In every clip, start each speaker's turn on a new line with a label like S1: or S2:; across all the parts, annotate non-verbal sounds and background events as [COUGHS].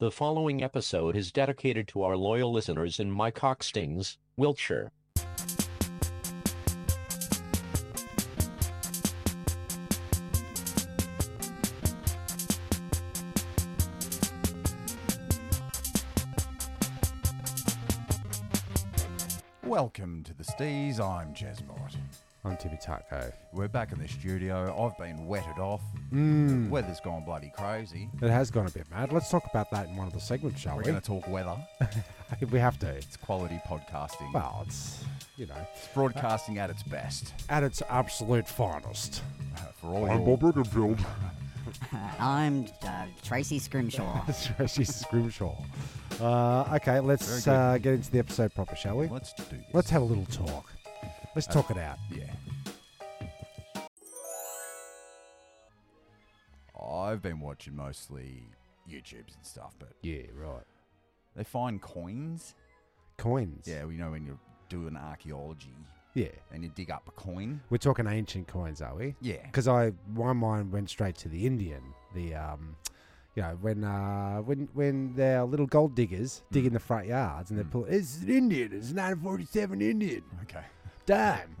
S1: The following episode is dedicated to our loyal listeners in My Cockstings, Wiltshire.
S2: Welcome to the Stees. I'm Jezbot.
S3: I'm Timmy Taco.
S2: We're back in the studio. I've been wetted off. The
S3: Mm,
S2: weather's gone bloody crazy.
S3: it has gone a bit mad. Let's talk about that in one of the segments, shall
S2: We're
S3: we?
S2: going to talk weather.
S3: we have to.
S2: It's quality podcasting.
S3: Well, it's, you know,
S2: It's broadcasting at its best.
S3: at its absolute finest.
S2: Uh, For all your,
S3: [LAUGHS] Briggenfield.
S4: [LAUGHS] I'm uh, Tracy Scrimshaw.
S3: She's Scrimshaw. Uh, okay,
S2: Very
S3: let's
S2: good.
S3: uh, get into the episode proper, shall we?
S2: let's do this.
S3: Let's have a little talk.
S2: Uh,
S3: Let's talk it out.
S2: Yeah. I've been watching mostly YouTubes and stuff, but
S3: Yeah, right.
S2: they find coins.
S3: Coins.
S2: Yeah, you know when you do an archaeology
S3: Yeah.
S2: and you dig up a coin.
S3: We're talking ancient coins, are we?
S2: Yeah.
S3: because I my mind went straight to the Indian. The um, you know when uh when when their little gold diggers dig
S2: Hmm.
S3: in the front yards and they pull it's an Indian, it's an 1947 Indian
S2: Okay. [LAUGHS]
S3: dime,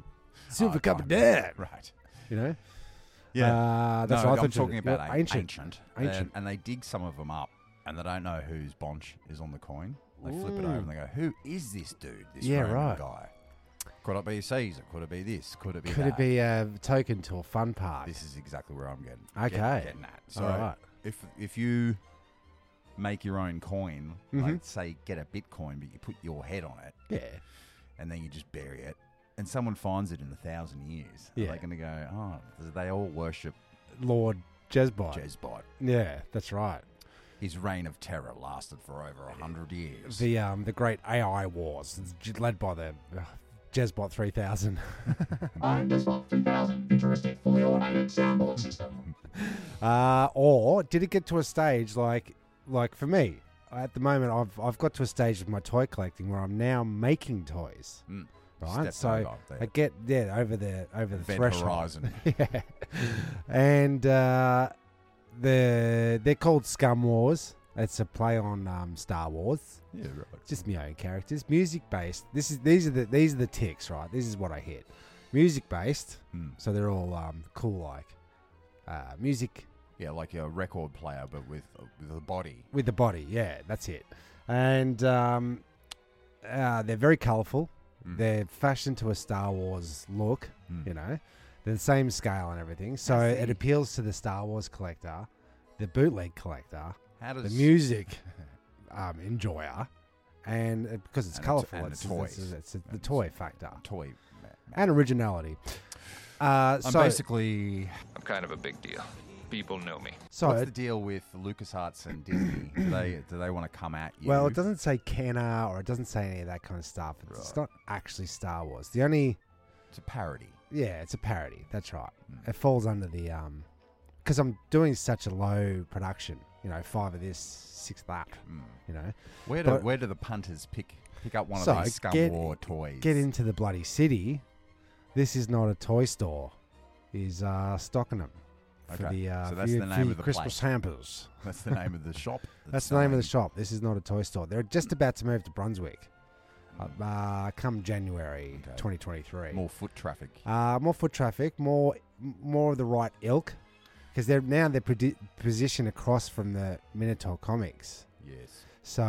S3: silver
S2: Oh,
S3: cup
S2: fine.
S3: of dime.
S2: Right.
S3: You know,
S2: Yeah.
S3: uh, that's
S2: no,
S3: what I
S2: I'm
S3: thought you-
S2: talking about
S3: yeah,
S2: a- ancient. Ancient. uh,
S3: Ancient.
S2: And, and they dig some of them up and they don't know whose bonch is on the coin. They flip it over and they go, who is this dude, this
S3: Yeah,
S2: Roman
S3: right.
S2: guy? Could it be Caesar? Could it be this? Could it be
S3: Could it
S2: that?"
S3: be a token to a fun park?
S2: This is exactly where I'm getting.
S3: Okay.
S2: Getting, getting at. So
S3: All right.
S2: if, if you make your own coin,
S3: Mm-hmm.
S2: like say get a Bitcoin, but you put your head on it
S3: Yeah,
S2: and then you just bury it and someone finds it in a thousand years,
S3: Yeah.
S2: are they going to go, oh, they all worship
S3: Lord Jezbot.
S2: Jezbot?
S3: yeah, that's right.
S2: His reign of terror lasted for over a hundred years.
S3: The um the great AI wars it's led by the uh, Jezbot 3000.
S5: I'm just about 3,000 futuristic fully automated soundboard system.
S3: [LAUGHS] Uh, or did it get to a stage like like for me at the moment I've I've got to a stage of my toy collecting where I'm now making toys.
S2: Mm.
S3: Right,
S2: Step
S3: so
S2: over the
S3: I get yeah over the over the
S2: event
S3: threshold,
S2: horizon.
S3: [LAUGHS] yeah, and uh, the they're called Scum Wars. It's a play on um, Star Wars.
S2: yeah, right.
S3: Just my own characters, music based. This is these are the these are the ticks, right? This is what I hit, music based.
S2: Mm.
S3: So they're all um, cool, like uh, music
S2: Yeah, like a record player, but with with a body.
S3: with the body. Yeah, that's it. And um, uh, they're very colourful.
S2: Mm.
S3: They're fashioned to a Star Wars look.
S2: Mm.
S3: You know, they're the same scale and everything. So
S2: I
S3: it
S2: see.
S3: appeals to the Star Wars collector, the bootleg collector,
S2: How does
S3: the music um, enjoyer, and uh, because it's
S2: And the to-
S3: colourful,
S2: and the
S3: it's, it's,
S2: toys.
S3: it's, it's the
S2: And
S3: toy factor
S2: [LAUGHS] toy? ma- ma-
S3: and originality. Uh,
S2: I'm
S3: so,
S2: basically.
S6: I'm kind of a big deal. People know me.
S3: so
S2: what's the
S3: it-
S2: deal with LucasArts and Disney? do
S3: [COUGHS]
S2: they do they want to come at you?
S3: Well, it doesn't say Kenner or it doesn't say any of that kind of stuff. It's, it's not actually Star Wars. The only,
S2: It's a parody.
S3: yeah, it's a parody. That's right.
S2: Hmm.
S3: It falls under the um, because I'm doing such a low production. You know, five of this, six of that. You know,
S2: Mm. Where do
S3: But-
S2: where do the punters pick pick up one
S3: So,
S2: of these scum
S3: get-
S2: war toys?
S3: get into the bloody city. This is not a toy store. Is uh, Stockenham for
S2: Okay,
S3: the uh,
S2: so
S3: for
S2: that's
S3: your-
S2: the
S3: for
S2: name
S3: your
S2: of the place.
S3: Christmas hampers.
S2: That's the name of the shop.
S3: That's the name of the shop. This is not a toy store. They're just about to move to Brunswick. Uh, come January
S2: Okay.
S3: 2023.
S2: More foot traffic.
S3: uh, more foot traffic, more m- more of the right ilk, because they're now they're predi- positioned across from the Minotaur comics.
S2: yes.
S3: So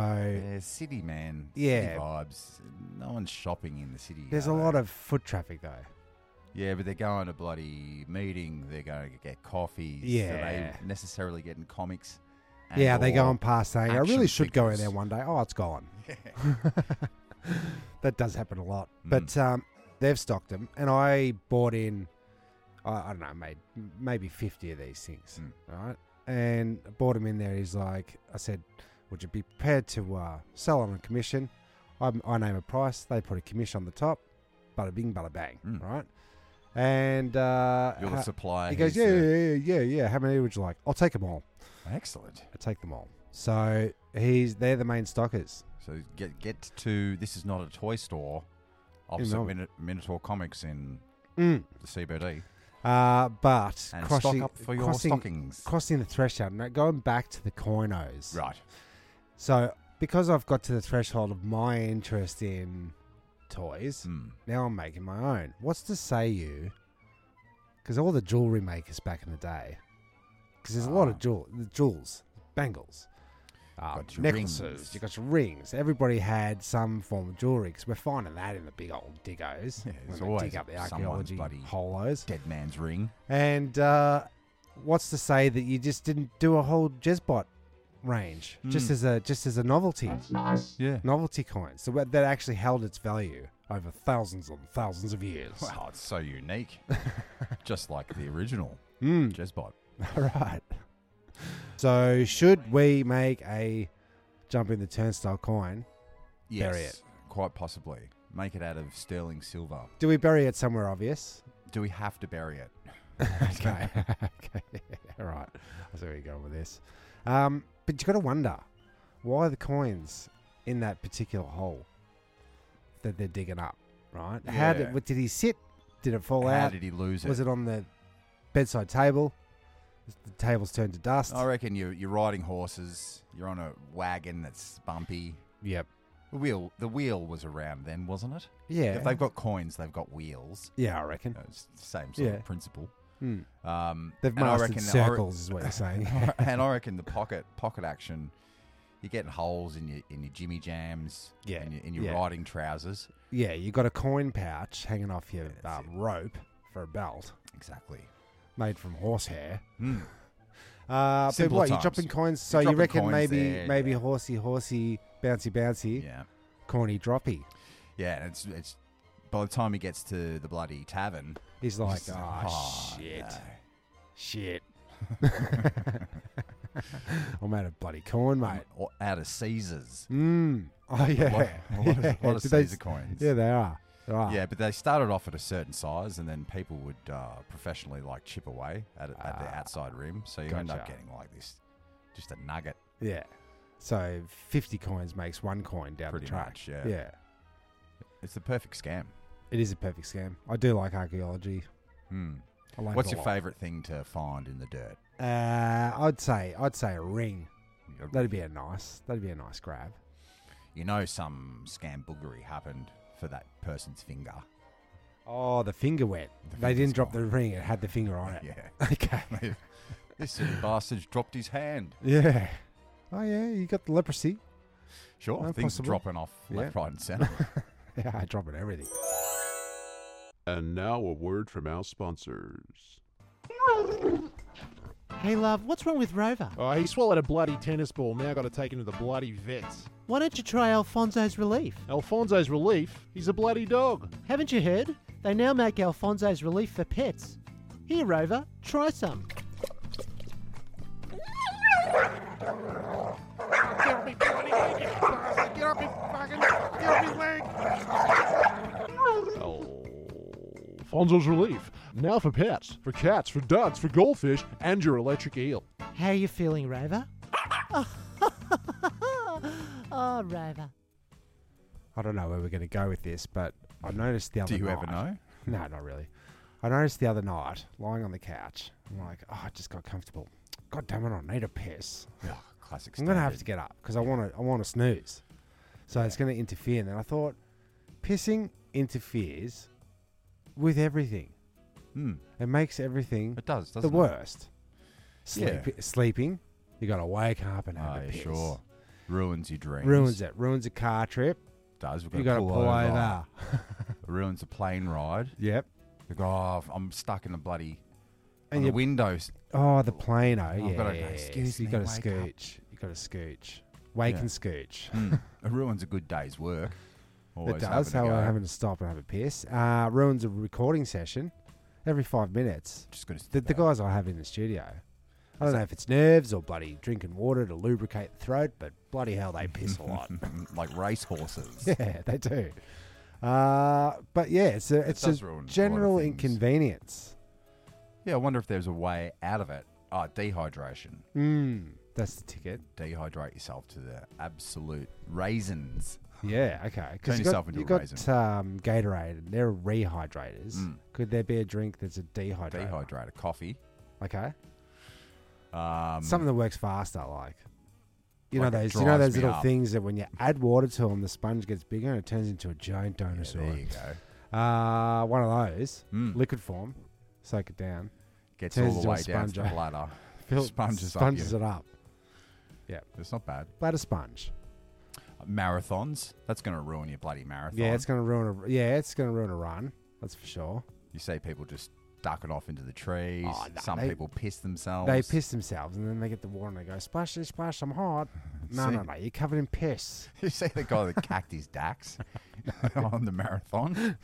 S2: Yeah, city man.
S3: Yeah.
S2: City vibes. No one's shopping in the city.
S3: there's a
S2: are
S3: lot
S2: they?
S3: of foot traffic though.
S2: Yeah, but they're going to bloody meeting. They're going to get coffees.
S3: Yeah.
S2: Are they necessarily getting comics?
S3: yeah,
S2: and
S3: they
S2: or-
S3: go on past saying, "I really
S2: action
S3: should go in
S2: figures.
S3: there one day." Oh, it's gone.
S2: [LAUGHS]
S3: [LAUGHS] that does happen a lot,
S2: Mm.
S3: but um, they've stocked them, and I bought in. I, I don't know, made maybe fifty of these things,
S2: Mm.
S3: right? And I bought them in there. He's like, I said, "Would you be prepared to uh, sell on a commission?" I, I name a price. They put a commission on the top. Bada bing, bada bang, right? And uh,
S2: Mm. You're the
S3: ha-
S2: supplier.
S3: He goes,
S2: he's
S3: yeah,
S2: the-
S3: yeah, yeah, yeah, yeah. How many would you like? I'll take them all.
S2: Excellent.
S3: I take them all. So he's they're the main stockers.
S2: So get get to this is not a toy store. Opposite
S3: Melbourne.
S2: Min- Minotaur Comics in
S3: Mm.
S2: the CBD.
S3: Uh, but
S2: And stock
S3: crossing
S2: up for your
S3: crossing,
S2: stockings.
S3: crossing the threshold, now going back to the coinos,
S2: Right.
S3: So because I've got to the threshold of my interest in toys,
S2: Mm.
S3: now I'm making my own. What's to say you? Because all the jewelry makers back in the day, because there's a lot
S2: Ah.
S3: of jewel, jewels, bangles, um,
S2: Got your
S3: necklaces.
S2: Ah, rings.
S3: You got your rings. Everybody had some form of jewelry because we're finding that in the big old diggos.
S2: Yeah,
S3: when
S2: there's
S3: they
S2: always
S3: dig up the
S2: someone's
S3: archaeology
S2: bloody-
S3: holos.
S2: Dead man's ring.
S3: And uh, what's to say that you just didn't do a whole Jezbot range just
S2: Mm.
S3: as a just as a novelty
S5: That's nice.
S2: Yeah.
S3: novelty coins so that that actually held its value over thousands and thousands of years.
S2: Wow, Oh, it's so
S3: [LAUGHS]
S2: unique. Just like the original
S3: Mm.
S2: Jezbot.
S3: [LAUGHS] All right. So should we make a jump in the turnstile coin?
S2: Yes,
S3: Bury it.
S2: Quite possibly. Make it out of sterling silver.
S3: Do we bury it somewhere obvious?
S2: Do we have to bury it?
S3: [LAUGHS] okay. [LAUGHS] okay. All right. I see where you're going with this. Um, but you got to wonder why the coins in that particular hole that they're digging up, right? How
S2: Yeah.
S3: did what, did he sit? Did it fall
S2: How
S3: out?
S2: did he lose it?
S3: Was it on the bedside table? The table's turned to dust.
S2: I reckon you, you're riding horses. You're on a wagon that's bumpy.
S3: Yep.
S2: The wheel, the wheel was around then, wasn't it?
S3: Yeah.
S2: If they've got coins, they've got wheels.
S3: yeah, I reckon.
S2: Uh, It's the same sort
S3: Yeah.
S2: of principle.
S3: Hmm.
S2: Um,
S3: They've
S2: and I
S3: mastered
S2: reckon- I re-
S3: circles, is what you're saying.
S2: [LAUGHS] and I reckon the pocket pocket action, you're getting holes in your in your Jimmy jams,
S3: Yeah,
S2: in your, in your
S3: yeah.
S2: riding trousers.
S3: [LAUGHS] yeah, you got a coin pouch hanging off your
S2: that's
S3: um, rope for a belt
S2: Exactly.
S3: made from horsehair.
S2: Hmm.
S3: Uh, but
S2: Simpler
S3: what you
S2: times.
S3: dropping coins? So
S2: You're
S3: you
S2: dropping
S3: reckon
S2: coins
S3: maybe
S2: there,
S3: maybe
S2: yeah.
S3: horsey horsey bouncy bouncy
S2: Yeah,
S3: corny droppy.
S2: yeah. And it's it's by the time he gets to the bloody tavern,
S3: He's like,
S2: just-
S3: oh,
S2: oh,
S3: shit,
S2: no."
S3: shit. [LAUGHS] I'm out of bloody corn, mate.
S2: Or out of Caesars.
S3: Mm.
S2: A
S3: Oh
S2: lot,
S3: [LAUGHS]
S2: a
S3: yeah,
S2: lot of- a lot
S3: [LAUGHS]
S2: of
S3: Did they-
S2: Caesar coins.
S3: Yeah, they are. They are.
S2: Yeah, but they started off at a certain size, and then people would uh, professionally like chip away at, it at the
S3: Ah,
S2: outside rim. So you end up
S3: gotcha.
S2: getting like this, just a nugget,
S3: yeah. So fifty coins makes one coin down
S2: pretty
S3: the track.
S2: much. Yeah.
S3: yeah,
S2: it's the perfect scam.
S3: it is a perfect scam. I do like archaeology.
S2: Hmm.
S3: I like
S2: What's
S3: it a
S2: your
S3: lot.
S2: favorite thing to find in the dirt?
S3: Uh, I'd say I'd say a ring.
S2: Your-
S3: That'd be a nice. That'd be a nice grab.
S2: You know, some scam boogery happened for that person's finger.
S3: Oh, the finger went.
S2: The
S3: they didn't
S2: finger's
S3: drop the
S2: gone.
S3: ring. It had the finger on it.
S2: Oh, Yeah. [LAUGHS]
S3: [LAUGHS] Okay.
S2: this silly bastard's dropped his hand.
S3: Yeah. Oh yeah, you got the leprosy.
S2: Sure,
S3: No,
S2: things
S3: possible.
S2: dropping off left,
S3: Yeah.
S2: right,
S3: [LAUGHS]
S2: and centre.
S3: Yeah, [LAUGHS] I dropped everything.
S7: And now a word from our sponsors.
S8: Hey, love, what's wrong with Rover?
S9: Oh, he swallowed a bloody tennis ball. Now got to take him to the bloody vets.
S8: Why don't you try Alfonso's Relief?
S9: Alfonso's relief. He's a bloody dog.
S8: Haven't you heard? They now make Alfonso's Relief for pets. Here, Rover, try some.
S9: Fonzo's relief. Now for pets, for cats, for ducks, for goldfish, and your electric eel.
S8: How you feeling,
S10: [LAUGHS]
S8: Rover? oh, Rover.
S3: I don't know where we're going to go with this, but I noticed the other.
S2: Do you
S3: night,
S2: ever know?
S3: [LAUGHS] No, not really. I noticed the other night, lying on the couch, I'm like, oh, I just got comfortable. God damn it, I need a piss.
S2: Ugh, classic.
S3: I'm gonna have to
S2: standard.
S3: get up because I want to. I want to snooze. So it's gonna interfere. And then I thought, pissing interferes with everything.
S2: Hmm,
S3: It makes everything
S2: it does.
S3: the
S2: Doesn't it?
S3: worst.
S2: Yeah.
S3: Sleep, Sleeping, you gotta wake up and have
S2: Oh,
S3: a
S2: yeah,
S3: piss.
S2: sure. Ruins your dreams.
S3: Ruins it. Ruins a car trip.
S2: Does. We've got
S3: You
S2: to
S3: gotta pull, over.
S2: Ruins a plane ride.
S3: yep.
S2: Like, oh, I'm stuck in the bloody. And
S3: And
S2: the
S3: you, [LAUGHS]
S2: windows.
S3: oh, the plano. yeah.
S2: gotta-
S3: yeah, yeah,
S2: excuse
S3: yeah.
S2: me,
S3: You gotta
S2: wake up.
S3: scooch. You gotta scooch. Wake
S2: Yeah.
S3: and scooch.
S2: Hmm, it ruins a good day's work.
S3: It
S2: Always
S3: does.
S2: having
S3: How
S2: a go.
S3: having to stop and have a piss uh, ruins a recording session every five minutes.
S2: Just got to.
S3: The,
S2: [LAUGHS]
S3: the guys I have in the studio, I don't know if it's nerves or bloody drinking water to lubricate the throat, but bloody hell, they piss
S2: [LAUGHS]
S3: a lot. [LAUGHS]
S2: like race horses.
S3: yeah, they do. Uh, but yeah, it's a, it's
S2: does
S3: a
S2: ruin a lot of
S3: general
S2: things.
S3: inconvenience.
S2: Yeah, I wonder if there's a way out of it. Ah, dehydration.
S3: Mm, that's the ticket.
S2: Dehydrate yourself to the absolute raisins.
S3: Yeah, okay.
S2: Turn
S3: you
S2: yourself
S3: got,
S2: into
S3: you
S2: a
S3: got,
S2: raisin.
S3: um, Gatorade, and they're rehydrators.
S2: Mm.
S3: Could there be a drink that's a dehydrator?
S2: Dehydrate a coffee.
S3: okay.
S2: Um,
S3: Something that works faster, like You
S2: Like,
S3: know
S2: it
S3: those, you know
S2: drives
S3: those
S2: me
S3: little
S2: up.
S3: things that when you add water to them, the sponge gets bigger and it turns into a giant
S2: Yeah,
S3: dinosaur.
S2: there you go.
S3: uh, one of those,
S2: Mm.
S3: liquid form, soak it down.
S2: Gets
S3: turns
S2: all the
S3: into a
S2: way down to the
S3: sponger.
S2: bladder.
S3: [LAUGHS] Fill-
S2: Sponges up
S3: sponges
S2: you.
S3: it up.
S2: It's not bad.
S3: Bladder sponge.
S2: Marathons. That's going to ruin your bloody marathon.
S3: Yeah, it's gonna ruin a. Yeah, it's gonna ruin a run. That's for sure.
S2: You see people just ducking off into the trees.
S3: Oh, no,
S2: Some
S3: they-
S2: people piss themselves.
S3: They piss themselves and then they get the water and they go splash, splash. I'm hot. No,
S2: See?
S3: no, no. You're covered in piss.
S2: [LAUGHS] You see the guy that cacked his Dax [LAUGHS] on the marathon?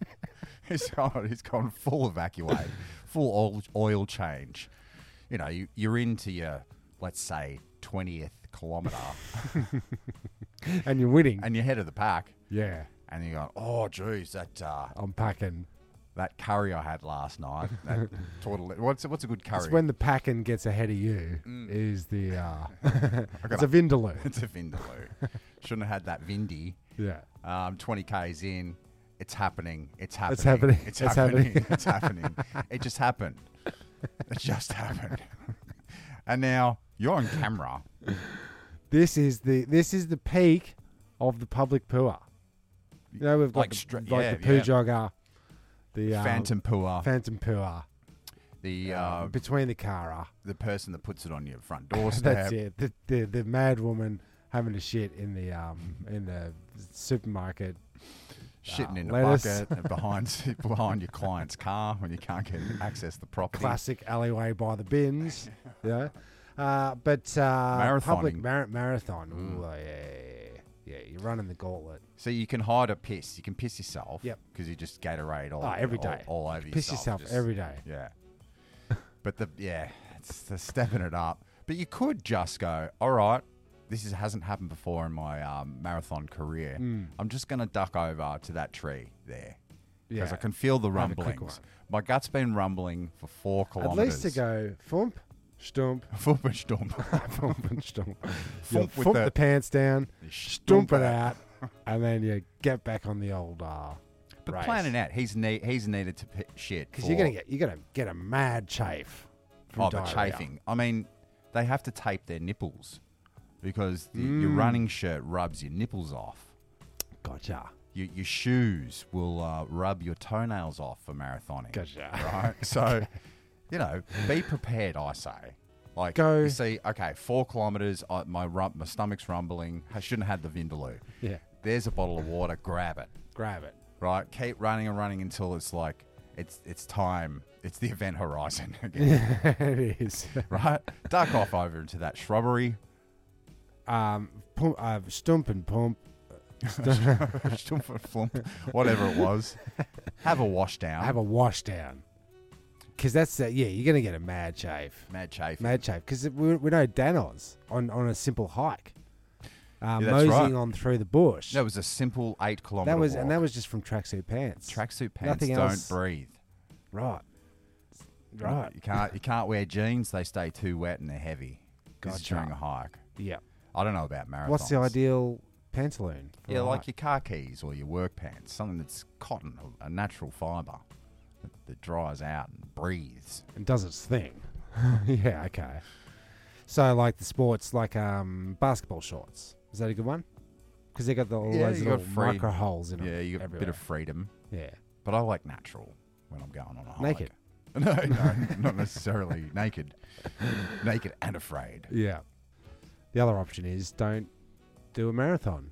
S2: [LAUGHS] he's, gone, he's gone full evacuate, full oil, oil change. You know, you, you're into your, let's say, 20th kilometre
S3: and you're winning.
S2: [LAUGHS] and you're head of the pack.
S3: yeah,
S2: And you're going, oh, geez, that uh,
S3: I'm packing.
S2: that curry I had last night,
S3: [LAUGHS]
S2: that tortellini. What's, what's a good curry?
S3: It's when the packing gets ahead of you.
S2: Mm.
S3: Is
S2: [LAUGHS]
S3: the uh, it's a
S2: gotta-
S3: vindaloo.
S2: [LAUGHS] it's a vindaloo. Shouldn't have had that vindy.
S3: yeah.
S2: Um, 20Ks in. It's happening. It's happening.
S3: happening.
S2: It's
S3: It's
S2: happening.
S3: happening.
S2: [LAUGHS] It's happening. it just happened. It just happened. [LAUGHS] and now you're on camera.
S3: This is the this is the peak of the public poo. You know we've got
S2: Like
S3: the,
S2: stra-
S3: like
S2: yeah,
S3: the poo
S2: yeah.
S3: jogger, the um,
S2: Phantom pooer.
S3: phantom poo.
S2: the uh,
S3: between the cara.
S2: the person that puts it on your
S3: [LAUGHS]
S2: front
S3: That's
S2: doorstep.
S3: it. The, the the mad woman having a shit in the um in the supermarket.
S2: Shitting
S3: Ah,
S2: in the
S3: lettuce.
S2: bucket and behind [LAUGHS] behind your client's car when you can't get access to the property.
S3: Classic alleyway by the
S2: [LAUGHS]
S3: bins. yeah. Uh, but uh, public
S2: Marathoning. Mm.
S3: mar- marathon. Ooh, yeah, yeah, yeah, yeah. You're running the gauntlet.
S2: So you can hide a piss. You can piss yourself.
S3: Yep.
S2: Because you just Gatorade all
S3: Oh, every
S2: all-
S3: day.
S2: all, over
S3: Piss yourself
S2: Just-
S3: every day.
S2: Yeah. but the yeah, it's the stepping it up. But you could just go, all right, this is, hasn't happened before in my um, marathon career.
S3: Hmm.
S2: I'm just going to duck over to that tree there because
S3: Yeah.
S2: I can feel the
S3: Have a quick
S2: rumblings. My gut's been rumbling for four
S3: At
S2: kilometers.
S3: least
S2: [LAUGHS]
S3: to go thump, stump,
S2: Football
S3: [LAUGHS]
S2: storm.
S3: thump, and [LAUGHS] stump.
S2: Thump
S3: You'll
S2: with
S3: thump
S2: the-
S3: the pants down,
S2: Stomp
S3: stump
S2: [LAUGHS]
S3: it out, and then you get back on the old. Uh,
S2: But
S3: race.
S2: planning out, he's need, he's needed to p- shit
S3: Because you're gonna
S2: for-
S3: get you're gonna get a mad chafe. From
S2: Oh, the
S3: diarrhea.
S2: chafing. I mean, they have to tape their nipples because the, your
S3: Hmm.
S2: running shirt rubs your nipples off.
S3: Gotcha.
S2: Your, your shoes will uh, rub your toenails off for marathoning.
S3: Gotcha.
S2: [LAUGHS] Right? So, you know, be prepared, I say. Like,
S3: Go-
S2: you see, okay, four kilometers, I, my, rump, my stomach's rumbling. I shouldn't have had the Vindaloo.
S3: Yeah.
S2: There's a bottle of water, grab it
S3: Grab it. [LAUGHS]
S2: right? Keep running and running until it's like it's it's time. It's the event horizon [LAUGHS] again,
S3: it is.
S2: right? Duck off over into that shrubbery. [LAUGHS]
S3: Um, pump, uh, stump and pump.
S2: Stump and flump, whatever it was. Have a wash down.
S3: have a wash down. Because that's the, yeah, you're gonna get a mad chafe.
S2: mad chafe.
S3: Mad chafe. Because we, we know Danos on on a simple hike, uh,
S2: Yeah, that's
S3: moseying
S2: right.
S3: on through the bush.
S2: That was a simple eight kilometer.
S3: that was and that
S2: walk.
S3: was just from tracksuit pants.
S2: tracksuit pants.
S3: nothing
S2: Don't
S3: else.
S2: breathe.
S3: right. Right.
S2: You can't you can't wear jeans. They stay too wet and they're heavy. This is
S3: Gotcha.
S2: during a hike.
S3: Yeah.
S2: I don't know about marathons.
S3: What's the ideal pantaloon? for
S2: Yeah,
S3: a
S2: like
S3: hike?
S2: your car keys or your work pants, something that's cotton, a- a natural fibre that, that dries out and breathes.
S3: and does its thing. [LAUGHS] yeah, okay. So like the sports, like um, basketball shorts. Is that a good one? Because they got the, all
S2: Yeah,
S3: those
S2: you got
S3: little
S2: free-
S3: micro holes in them.
S2: Yeah, you get a bit of freedom,
S3: yeah,
S2: but I like natural when I'm going on a hike.
S3: Naked.
S2: [LAUGHS] No, no, not necessarily naked. Naked and afraid.
S3: yeah. The other option is don't do a marathon.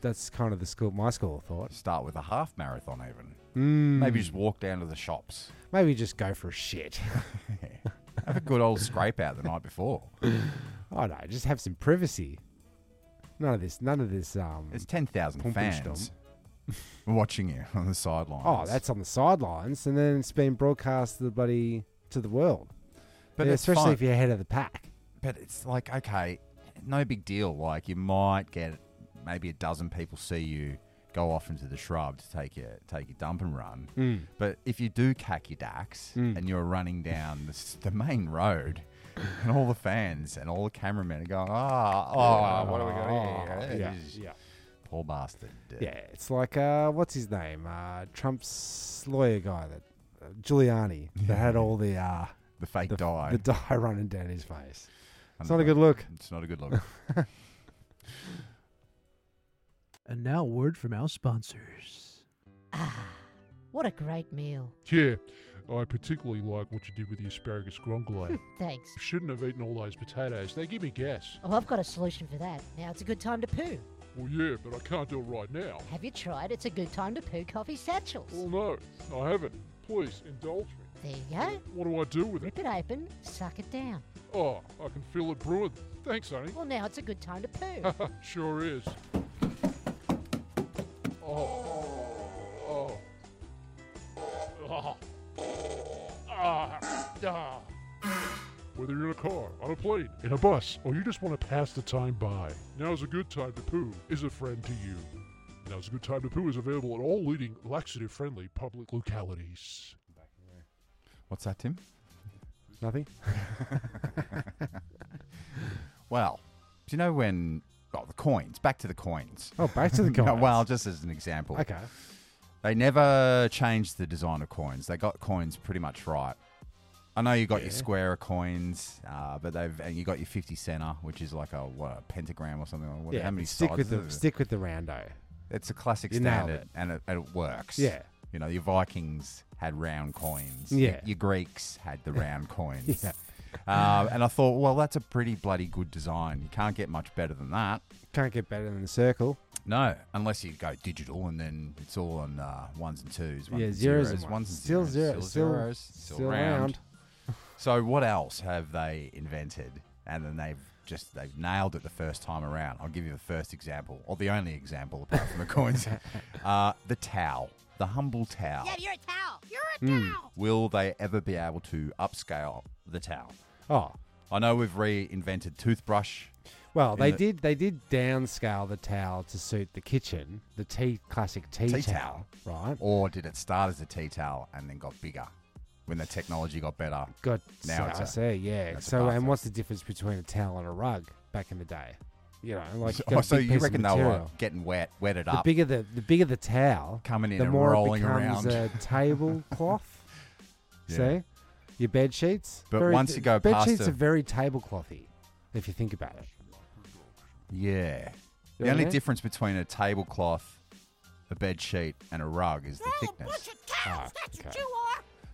S3: That's kind of the school, my school of thought.
S2: Start with a half marathon, even.
S3: Mm,
S2: Maybe just walk down to the shops.
S3: maybe just go for a shit. [LAUGHS]
S2: Have a good old scrape out the night before.
S3: I don't know, just have some privacy. None of this, none of this. Um,
S2: There's 10,000
S3: Pump and
S2: fans watching you on the sidelines.
S3: oh, that's on the sidelines, and then it's been broadcast to the bloody to the world.
S2: But
S3: Yeah,
S2: it's
S3: especially
S2: fun.
S3: if you're ahead of the pack.
S2: But it's like, okay, no big deal. Like, you might get maybe a dozen people see you go off into the shrub to take your take your dump and run.
S3: Mm.
S2: But if you do cack your dacks and you're running down the, s- the main road, [LAUGHS] and all the fans and all the cameramen are going, ah, oh, what are we going here?
S3: yeah,
S2: Just-
S3: yeah.
S2: Poor bastard.
S3: Yeah, it's like uh, what's his name? Uh, Trump's lawyer guy that uh, Giuliani that had all the uh,
S2: The fake
S3: the,
S2: die.
S3: [LAUGHS] the dye running down his face. It's not a good look.
S2: It's not a good
S3: [LAUGHS]
S2: look.
S8: And now, a word from our sponsors.
S10: Ah, what a great meal.
S9: Yeah, I particularly like what you did with the asparagus
S8: [LAUGHS]
S9: grongalade.
S10: Thanks.
S9: Shouldn't have eaten all those potatoes. They give me gas.
S10: Oh, I've got a solution for that. Now it's a good time to poo.
S9: Well, yeah, but I can't do it right now.
S10: Have you tried? It's a good time to poo coffee satchels.
S9: Well, no, I haven't. Please indulge me.
S10: There you go.
S9: What do I do with it?
S10: Rip it open, suck it down.
S9: Oh, I can feel it brewing. Thanks, honey.
S10: Well, now it's a good time to poo.
S9: [LAUGHS] sure is. Oh, oh, oh, ah, ah. Whether you're in a car, on a plane, in a bus, or you just want to pass the time by, now's a good time to poo is a friend to you. Now's a good time to poo is available at all leading laxative-friendly public localities.
S2: What's that, Tim?
S3: Nothing.
S2: Well, do you know when? Oh, the coins. Back to the coins.
S3: Oh,
S2: [LAUGHS]
S3: back to the
S2: No,
S3: coins.
S2: well, just as an example.
S3: Okay.
S2: They never changed the design of coins. They got coins pretty much right. I know you got your square of coins, uh, but they've and you got your fifty center, which is like a what a pentagram or something. What,
S3: Yeah.
S2: how many
S3: but stick
S2: sides
S3: with
S2: is
S3: the
S2: it?
S3: stick with the roundo.
S2: It's a classic
S3: You nailed
S2: standard,
S3: it.
S2: and it, and it works.
S3: Yeah.
S2: you know your Vikings had round coins.
S3: Yeah.
S2: your, your Greeks had the
S3: [LAUGHS]
S2: round coins.
S3: Yeah.
S2: Um, and I thought, well, that's a pretty bloody good design. You can't get much better than that.
S3: Can't get better than the circle.
S2: No, unless you go digital and then it's all on uh, ones and twos. Ones
S3: Yeah,
S2: and
S3: zeros
S2: zeros, ones
S3: and
S2: and
S3: ones. Still
S2: zeros,
S3: zero-
S2: still
S3: still-
S2: zeros,
S3: still
S2: still round.
S3: round.
S2: [LAUGHS] So what else have they invented? And then they've just they've nailed it the first time around. I'll give you the first example, or the only example apart
S3: [LAUGHS]
S2: from the coins. Uh, the towel, the humble towel.
S4: Yeah, you're a towel. You're a
S3: Hmm.
S4: towel.
S2: Will they ever be able to upscale the towel?
S3: Oh,
S2: I know we've reinvented toothbrush.
S3: well,
S2: In
S3: they
S2: the-
S3: did. They did downscale the towel to suit the kitchen. The tea classic tea,
S2: Tea
S3: towel, right?
S2: Or did it start as a tea towel and then got bigger when the technology got better?
S3: Got
S2: Now
S3: now
S2: it's
S3: I
S2: a-
S3: see. Yeah.
S2: that's a
S3: So,
S2: bathroom.
S3: and what's the difference between a towel and a rug back in the day? You know, like
S2: So-
S3: you got
S2: oh, [LAUGHS]
S3: a
S2: so
S3: big
S2: you
S3: piece of
S2: reckon they were
S3: material.
S2: getting wet, wetted
S3: the
S2: up,
S3: bigger the the bigger the towel,
S2: coming in
S3: the
S2: and
S3: more
S2: rolling
S3: it becomes
S2: around.
S3: a
S2: [LAUGHS]
S3: tablecloth.
S2: Yeah.
S3: See, your bed sheets.
S2: But once you go
S3: bed
S2: past
S3: sheets
S2: the-
S3: are very tableclothy, if you think about it.
S2: yeah. The
S3: Yeah.
S2: only difference between a tablecloth, a bed sheet, and a rug is the thickness.
S3: Ah, okay.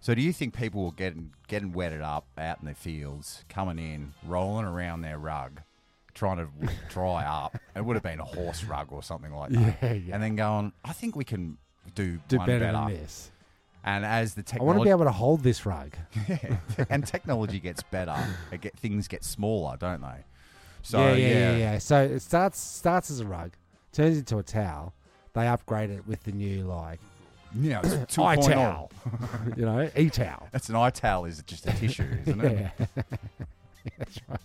S2: So do you think people were getting getting wetted up out in the fields, coming in, rolling around their rug, trying to
S3: [LAUGHS]
S2: dry up? It would have been a horse rug or something like that.
S3: Yeah, yeah.
S2: And then going, I think we can do,
S3: Do
S2: one
S3: better, than this.
S2: And as the
S3: I want to
S2: technology
S3: be able to hold this rug.
S2: [LAUGHS] and technology gets better, it get, things get smaller, don't they? So
S3: yeah, yeah, yeah, yeah. So it starts starts as a rug, turns into a towel. They upgrade it with the new like
S2: Yeah,
S3: [CLEARS THROAT]
S2: it's
S3: eye
S2: 2.0.
S3: towel, [LAUGHS] you know,
S2: [LAUGHS]
S3: e towel.
S2: That's an eye towel. Is just a tissue, isn't
S3: [LAUGHS]
S2: it?
S3: That's right.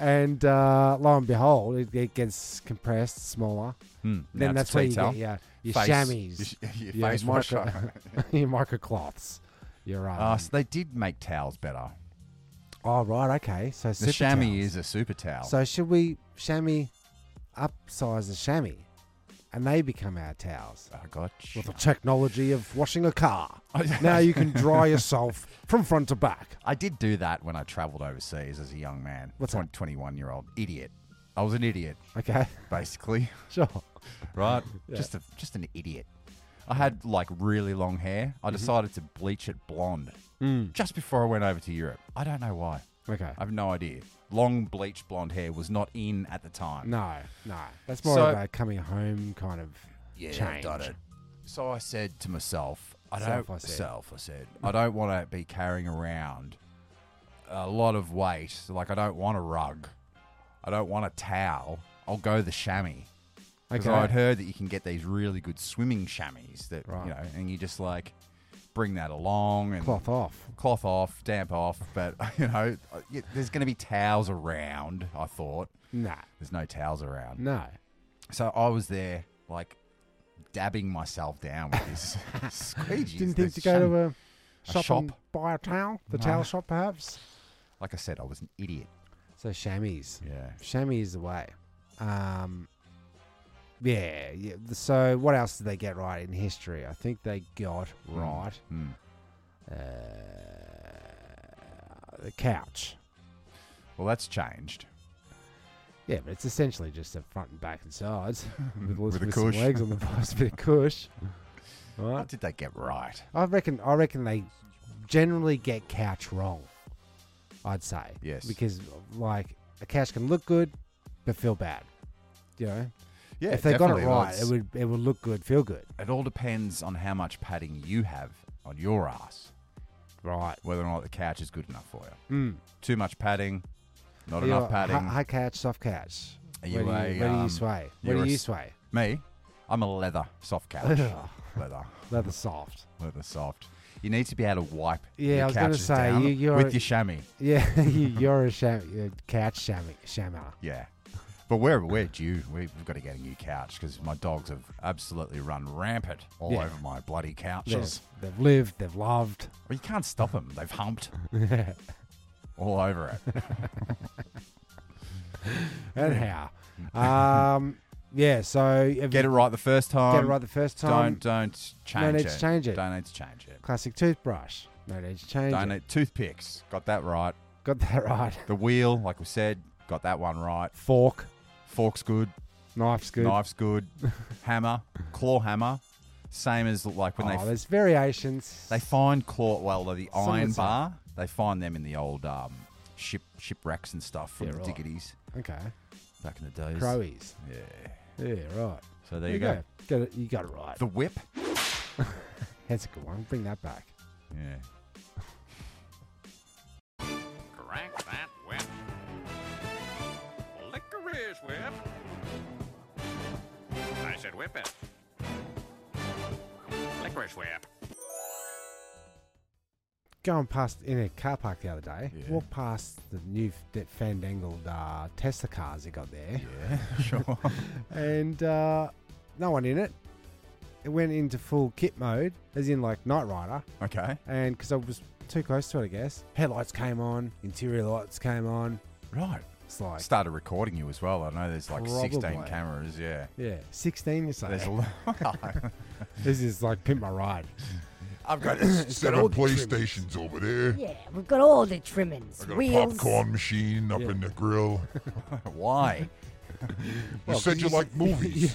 S3: And uh, lo and behold, it, it gets compressed, smaller.
S2: Hmm, now
S3: then
S2: it's a
S3: that's where you
S2: tea towel.
S3: get your, your
S2: Face-
S3: chamois,
S2: your sh- [LAUGHS] your
S3: your
S2: face
S3: micro-
S2: washer.
S3: [LAUGHS] your microcloths. You're um,
S2: Uh, so they did make towels better.
S3: oh right, okay. So
S2: The chamois is a super towel.
S3: So should we chamois upsize the chamois, and they become our towels? uh,
S2: I got
S3: with the technology of washing
S2: [LAUGHS]
S3: a car.
S2: I-
S3: now you can
S2: [LAUGHS]
S3: dry yourself from front to back.
S2: I did do that when I travelled overseas as a young man.
S3: What's that?
S2: Twenty-one-year-old idiot. I was an idiot,
S3: Okay, [LAUGHS]
S2: basically.
S3: sure.
S2: right? Just a, just an idiot. I had like really long hair. I decided to bleach it blonde just before I went over to Europe. I don't know why.
S3: Okay.
S2: I have no idea. Long bleached blonde hair was not in at the time.
S3: No, no. That's more
S2: So-
S3: of a coming home kind of
S2: yeah,
S3: change.
S2: got it. So I said to myself, I
S3: Self,
S2: don't
S3: I said.
S2: self, I said, I don't want to be carrying around a lot of weight. Like I don't want a rug. I don't want a towel. I'll go the chamois. Because
S3: Okay.
S2: I'd heard that you can get these really good swimming chamois that
S3: Right.
S2: you know, and you just like bring that along and
S3: Cloth off.
S2: cloth off, damp off. But [LAUGHS] you know, y- there's going to be towels around. I thought
S3: Nah,
S2: there's no towels around,
S3: no.
S2: so I was there like dabbing myself down with
S3: [LAUGHS]
S2: this squeegee.
S3: Didn't think to go to a
S2: a
S3: shop,
S2: shop.
S3: and buy a towel, the
S2: No.
S3: towel shop perhaps.
S2: Like I said, I was an idiot.
S3: So chamois.
S2: Yeah.
S3: Chamois is the way. Um, yeah, yeah. So what else did they get right in history? I think they got right
S2: Hmm.
S3: uh, the couch.
S2: Well, that's changed.
S3: Yeah, but it's essentially just the front and back
S2: [LAUGHS]
S3: and sides [LAUGHS] with, with,
S2: With a
S3: with some
S2: cush.
S3: legs on the bottom, bit
S2: [LAUGHS]
S3: of cush.
S2: What
S3: Right?
S2: did they get right?
S3: I reckon. I reckon they generally get couch wrong. I'd say
S2: Yes.
S3: because like a couch can look good, but feel bad. You know,
S2: Yeah,
S3: if they got it
S2: definitely. Well,
S3: right,
S2: it's-
S3: it would it would look good, feel good.
S2: It all depends on how much padding you have on your ass,
S3: Right.
S2: whether or not the couch is good enough for you.
S3: Mm.
S2: Too much padding, not
S3: You know,
S2: enough padding.
S3: High, high couch, soft couch.
S2: Are you
S3: where do
S2: a,
S3: you, where do
S2: um,
S3: you sway?
S2: you're
S3: Where do
S2: a
S3: you
S2: s- [LAUGHS]
S3: sway?
S2: Me, I'm a leather soft couch.
S3: Ugh.
S2: leather,
S3: Leather soft.
S2: leather soft. You need to be able to wipe.
S3: Yeah,
S2: your
S3: I was gonna
S2: couches
S3: say,
S2: down
S3: you- you're-
S2: with your chamois.
S3: Yeah, [LAUGHS] you, you're a sham, you're a couch shammy, shammer.
S2: Yeah. But we're, we're due. We've got to get a new couch because my dogs have absolutely run rampant all
S3: Yeah.
S2: over my bloody
S3: They've,
S2: couches.
S3: they've lived, they've loved.
S2: Well, you can't stop them. They've humped
S3: [LAUGHS]
S2: all over it.
S3: Anyhow, um, yeah. So if
S2: Get it
S3: you
S2: right the first time.
S3: Get it right the first time.
S2: Don't don't change
S3: need
S2: it.
S3: to change it.
S2: Don't need to change it.
S3: Classic toothbrush. No need to change
S2: Don't
S3: it.
S2: need toothpicks. Got that right.
S3: Got that
S2: [LAUGHS]
S3: right.
S2: The wheel, like we said, got that one right.
S3: Fork,
S2: Fork's good.
S3: knife's good.
S2: Knife's
S3: [LAUGHS]
S2: good. hammer, claw hammer, same as like when
S3: oh,
S2: they f-
S3: there's variations.
S2: they find claw well the
S3: Some
S2: iron
S3: would say-
S2: bar. They find them in the old um, ship shipwrecks and stuff from
S3: Yeah,
S2: the
S3: right.
S2: Diggities
S3: okay.
S2: back in the days.
S3: Crowies.
S2: Yeah.
S3: Yeah, right.
S2: So there you go.
S3: Got it. You got it right.
S2: The whip.
S3: That's a good one. Bring that back.
S2: Yeah.
S11: Crank that whip. Licorice whip. I said whip it. Licorice whip.
S3: Going past in a car park the other day,
S2: Yeah.
S3: walked past the new f- that fandangled uh, Tesla cars they got there,
S2: Yeah. [LAUGHS] Sure.
S3: and uh, no one in it. It went into full kit mode, as in like Night Rider,
S2: okay.
S3: and because I was too close to it, I guess headlights came on, interior lights came on.
S2: Right.
S3: It's like
S2: started recording you as well. I know there's like 16
S3: Probably.
S2: cameras. Yeah.
S3: yeah, sixteen. You say
S2: There's a [LAUGHS] lot.
S3: this is like pimp my
S12: [LAUGHS]
S3: ride.
S2: I've got, [LAUGHS] it's got all the trim.
S12: PlayStations over there.
S10: Yeah, we've got all the trimmings.
S12: I got a
S10: wheels.
S12: popcorn machine up in the grill.
S2: [LAUGHS] Why?
S12: You
S3: Well,
S12: said you
S3: he's-
S12: like
S3: [LAUGHS]
S12: movies.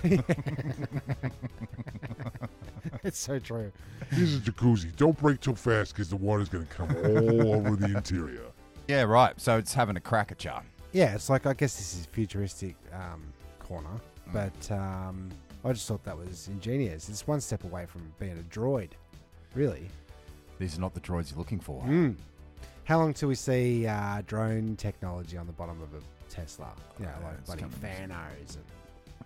S3: It's so true.
S12: Here's a jacuzzi. Don't brake too fast because the water's going to come all over the interior.
S2: Yeah, right. So it's having a crack at you.
S3: Yeah, it's like I guess this is futuristic um, corner,
S12: Mm.
S3: but um, I just thought that was ingenious. It's one step away from being a droid, really.
S2: These are not the droids you're looking for.
S3: How long till we see uh, drone technology on the bottom of a Tesla? Yeah,
S2: Oh,
S3: like
S2: it's
S3: bloody
S2: coming.
S3: fanos and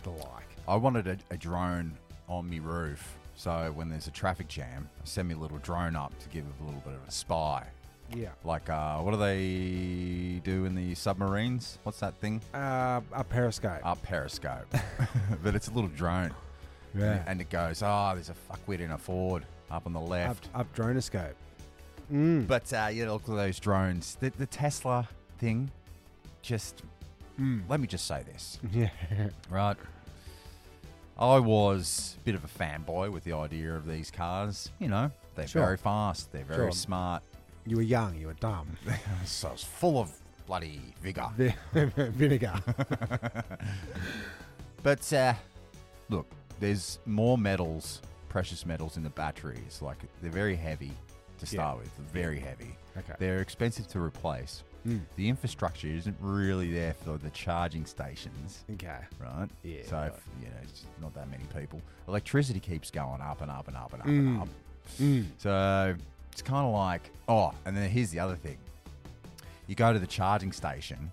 S3: the like.
S2: I wanted a, a drone on me roof. So when there's a traffic jam, I send me a little drone up to give it a little bit of a spy.
S3: Yeah,
S2: Like, uh, what do they do in the submarines? What's that thing?
S3: uh, a periscope.
S2: Up periscope. [LAUGHS] but it's a little drone.
S3: yeah,
S2: And it goes, oh, there's a fuckwit in a Ford up on the
S3: up,
S2: left.
S3: up dronescope. Mm.
S2: But uh, you look at those drones. The, the Tesla thing, just let me just say this,
S3: Hmm. Yeah,
S2: right? I was a bit of a fanboy with the idea of these cars. You know, they're
S3: Sure.
S2: very fast, they're very
S3: Sure.
S2: smart.
S3: you were young, you were [LAUGHS] dumb.
S2: So it's full of bloody vigor.
S3: Vin- [LAUGHS] Vinegar.
S2: But uh, look, there's more metals, precious metals in the batteries. Like they're very heavy to start with, very heavy.
S3: Okay.
S2: They're expensive to replace.
S3: Mm.
S2: The infrastructure isn't really there for the charging stations,
S3: Okay.
S2: right?
S3: Yeah,
S2: So
S3: right.
S2: If, you know, it's just not that many people. Electricity keeps going up and up and up and up and
S3: Mm.
S2: up.
S3: Mm.
S2: So it's kind of like, oh, and then here's the other thing. You go to the charging station,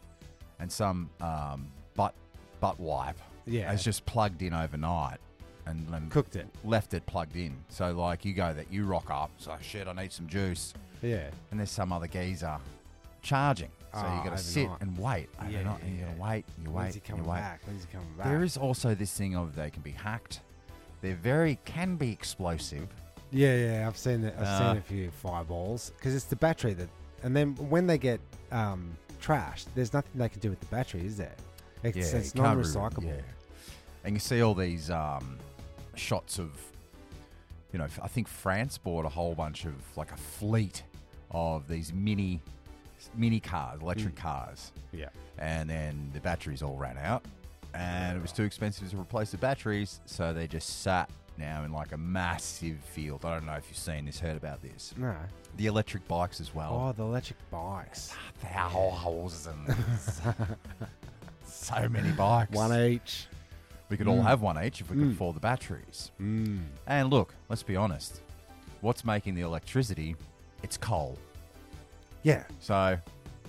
S2: and some um, butt butt wipe
S3: Yeah.
S2: has just plugged in overnight, and then
S3: Cooked it.
S2: left it plugged in. So like you go that you rock up, so shit, I need some juice,
S3: Yeah.
S2: and there's some other geezer charging. So
S3: Ah,
S2: you got to sit
S3: overnight.
S2: and wait overnight,
S3: Yeah, yeah,
S2: and you got to
S3: yeah.
S2: wait, you
S3: When's
S2: wait,
S3: he
S2: you
S3: coming
S2: wait.
S3: back? When's he coming back?
S2: There is also this thing of they can be hacked. They're very can be explosive.
S3: Yeah, yeah, I've seen that. I've
S2: Uh,
S3: seen a few fireballs because it's the battery that, and then when they get um, trashed, there's nothing they can do with the battery, is there? It's, it's
S2: it can't be-
S3: non-recyclable.
S2: yeah. And you see all these um, shots of, you know, f- I think France bought a whole bunch of like a fleet of these mini mini cars, electric cars.
S3: Mm. Yeah.
S2: And then the batteries all ran out, and it was too expensive to replace the batteries, so they just sat now in like a massive field. I don't know if you've seen this, heard about this.
S3: No.
S2: The electric bikes as well.
S3: Oh, the electric bikes.
S2: Thousands. so many bikes.
S3: One each.
S2: We could all
S3: Mm.
S2: have one each if we could
S3: Mm.
S2: afford the batteries. And look, let's be honest. What's making the electricity? It's coal.
S3: Yeah.
S2: So,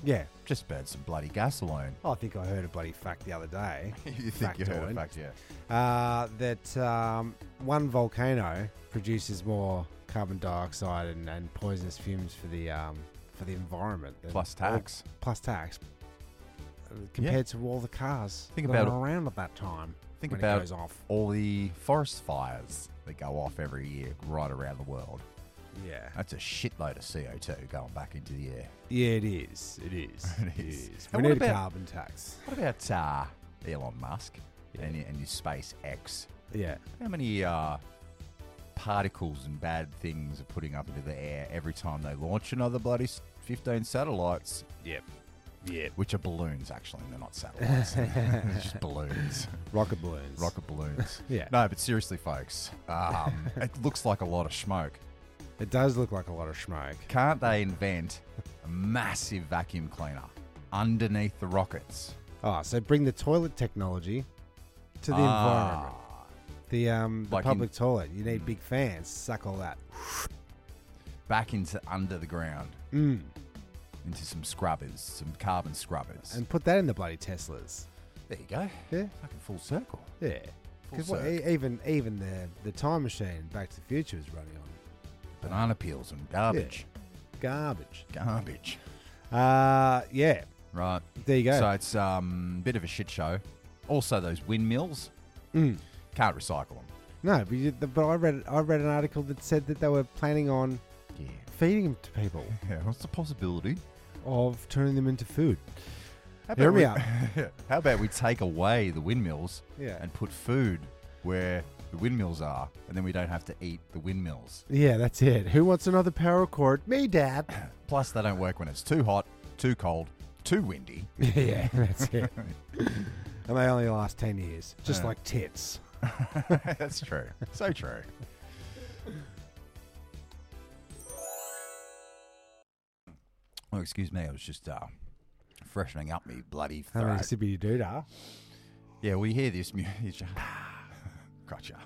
S3: yeah,
S2: just burn some bloody gasoline.
S3: Oh, I think I heard a bloody fact the other day.
S2: [LAUGHS] You think you heard a
S3: Factoid.
S2: fact, yeah.
S3: Uh, that um, one volcano produces more carbon dioxide and, and poisonous fumes for the um, for the environment. than
S2: Plus
S3: all-
S2: tax.
S3: plus tax. uh, Compared to all the cars
S2: Think
S3: that
S2: about
S3: are
S2: it-
S3: around at that time.
S2: Think
S3: when
S2: about
S3: it goes off.
S2: all the forest fires that go off every year right around the world.
S3: Yeah.
S2: That's a shitload of CO2 going back into the air.
S3: Yeah, it is. It is.
S2: [LAUGHS] It is.
S3: is.
S2: And
S3: We
S2: what
S3: need a
S2: about-
S3: carbon tax.
S2: What about uh, Elon Musk and, your- and your SpaceX?
S3: Yeah.
S2: How many uh, particles and bad things are putting up into the air every time they launch another bloody s- 15 satellites?
S3: Yep. Yep.
S2: Which are balloons, actually. They're not
S3: [LAUGHS]
S2: satellites. [LAUGHS] They're just balloons.
S3: Rocket balloons.
S2: Rocket balloons.
S3: [LAUGHS] Yeah.
S2: No, but seriously, folks, um,
S3: [LAUGHS]
S2: it looks like a lot of smoke.
S3: It does look like a lot of smoke.
S2: Can't they invent a massive vacuum cleaner underneath the rockets?
S3: Ah, so bring the toilet technology to the
S2: Ah.
S3: environment. The um the
S2: Like in-
S3: public toilet. You need big fans to suck all that.
S2: back into under the ground,
S3: Mm.
S2: into some scrubbers, some carbon scrubbers.
S3: And put that in the bloody Teslas.
S2: there you go.
S3: Yeah.
S2: Fucking full circle.
S3: Yeah.
S2: Full
S3: Because what,
S2: circle.
S3: e- even even the the time machine Back to the Future is running on
S2: Banana peels and garbage.
S3: garbage.
S2: Garbage.
S3: Uh yeah.
S2: Right.
S3: There you go.
S2: So it's a um, bit of a shit show. Also, those windmills
S3: Mm.
S2: can't recycle them.
S3: No, but, you, but I read I read an article that said that they were planning on
S2: Yeah.
S3: feeding them to
S2: [LAUGHS]
S3: people
S2: Yeah, what's the possibility?
S3: of turning them into food.
S2: How
S3: Hear
S2: about
S3: me
S2: we-
S3: out.
S2: [LAUGHS] How about we take away the windmills
S3: Yeah.
S2: and put food where the windmills are, and then we don't have to eat the windmills.
S3: Yeah, that's it. Who wants another power cord? Me, [LAUGHS] Dad.
S2: Plus, they don't work when it's too hot, too cold, too windy.
S3: yeah, that's it. [LAUGHS] Uh, and they only last 10 years, just
S2: Yeah.
S3: like tits.
S2: [LAUGHS] That's true. So true. Oh, excuse me. I was just uh, freshening up me bloody
S3: How many
S2: throat.
S3: sippy do that?
S2: Yeah, we hear this [LAUGHS] music. [SIGHS]
S3: [LAUGHS]
S2: gotcha.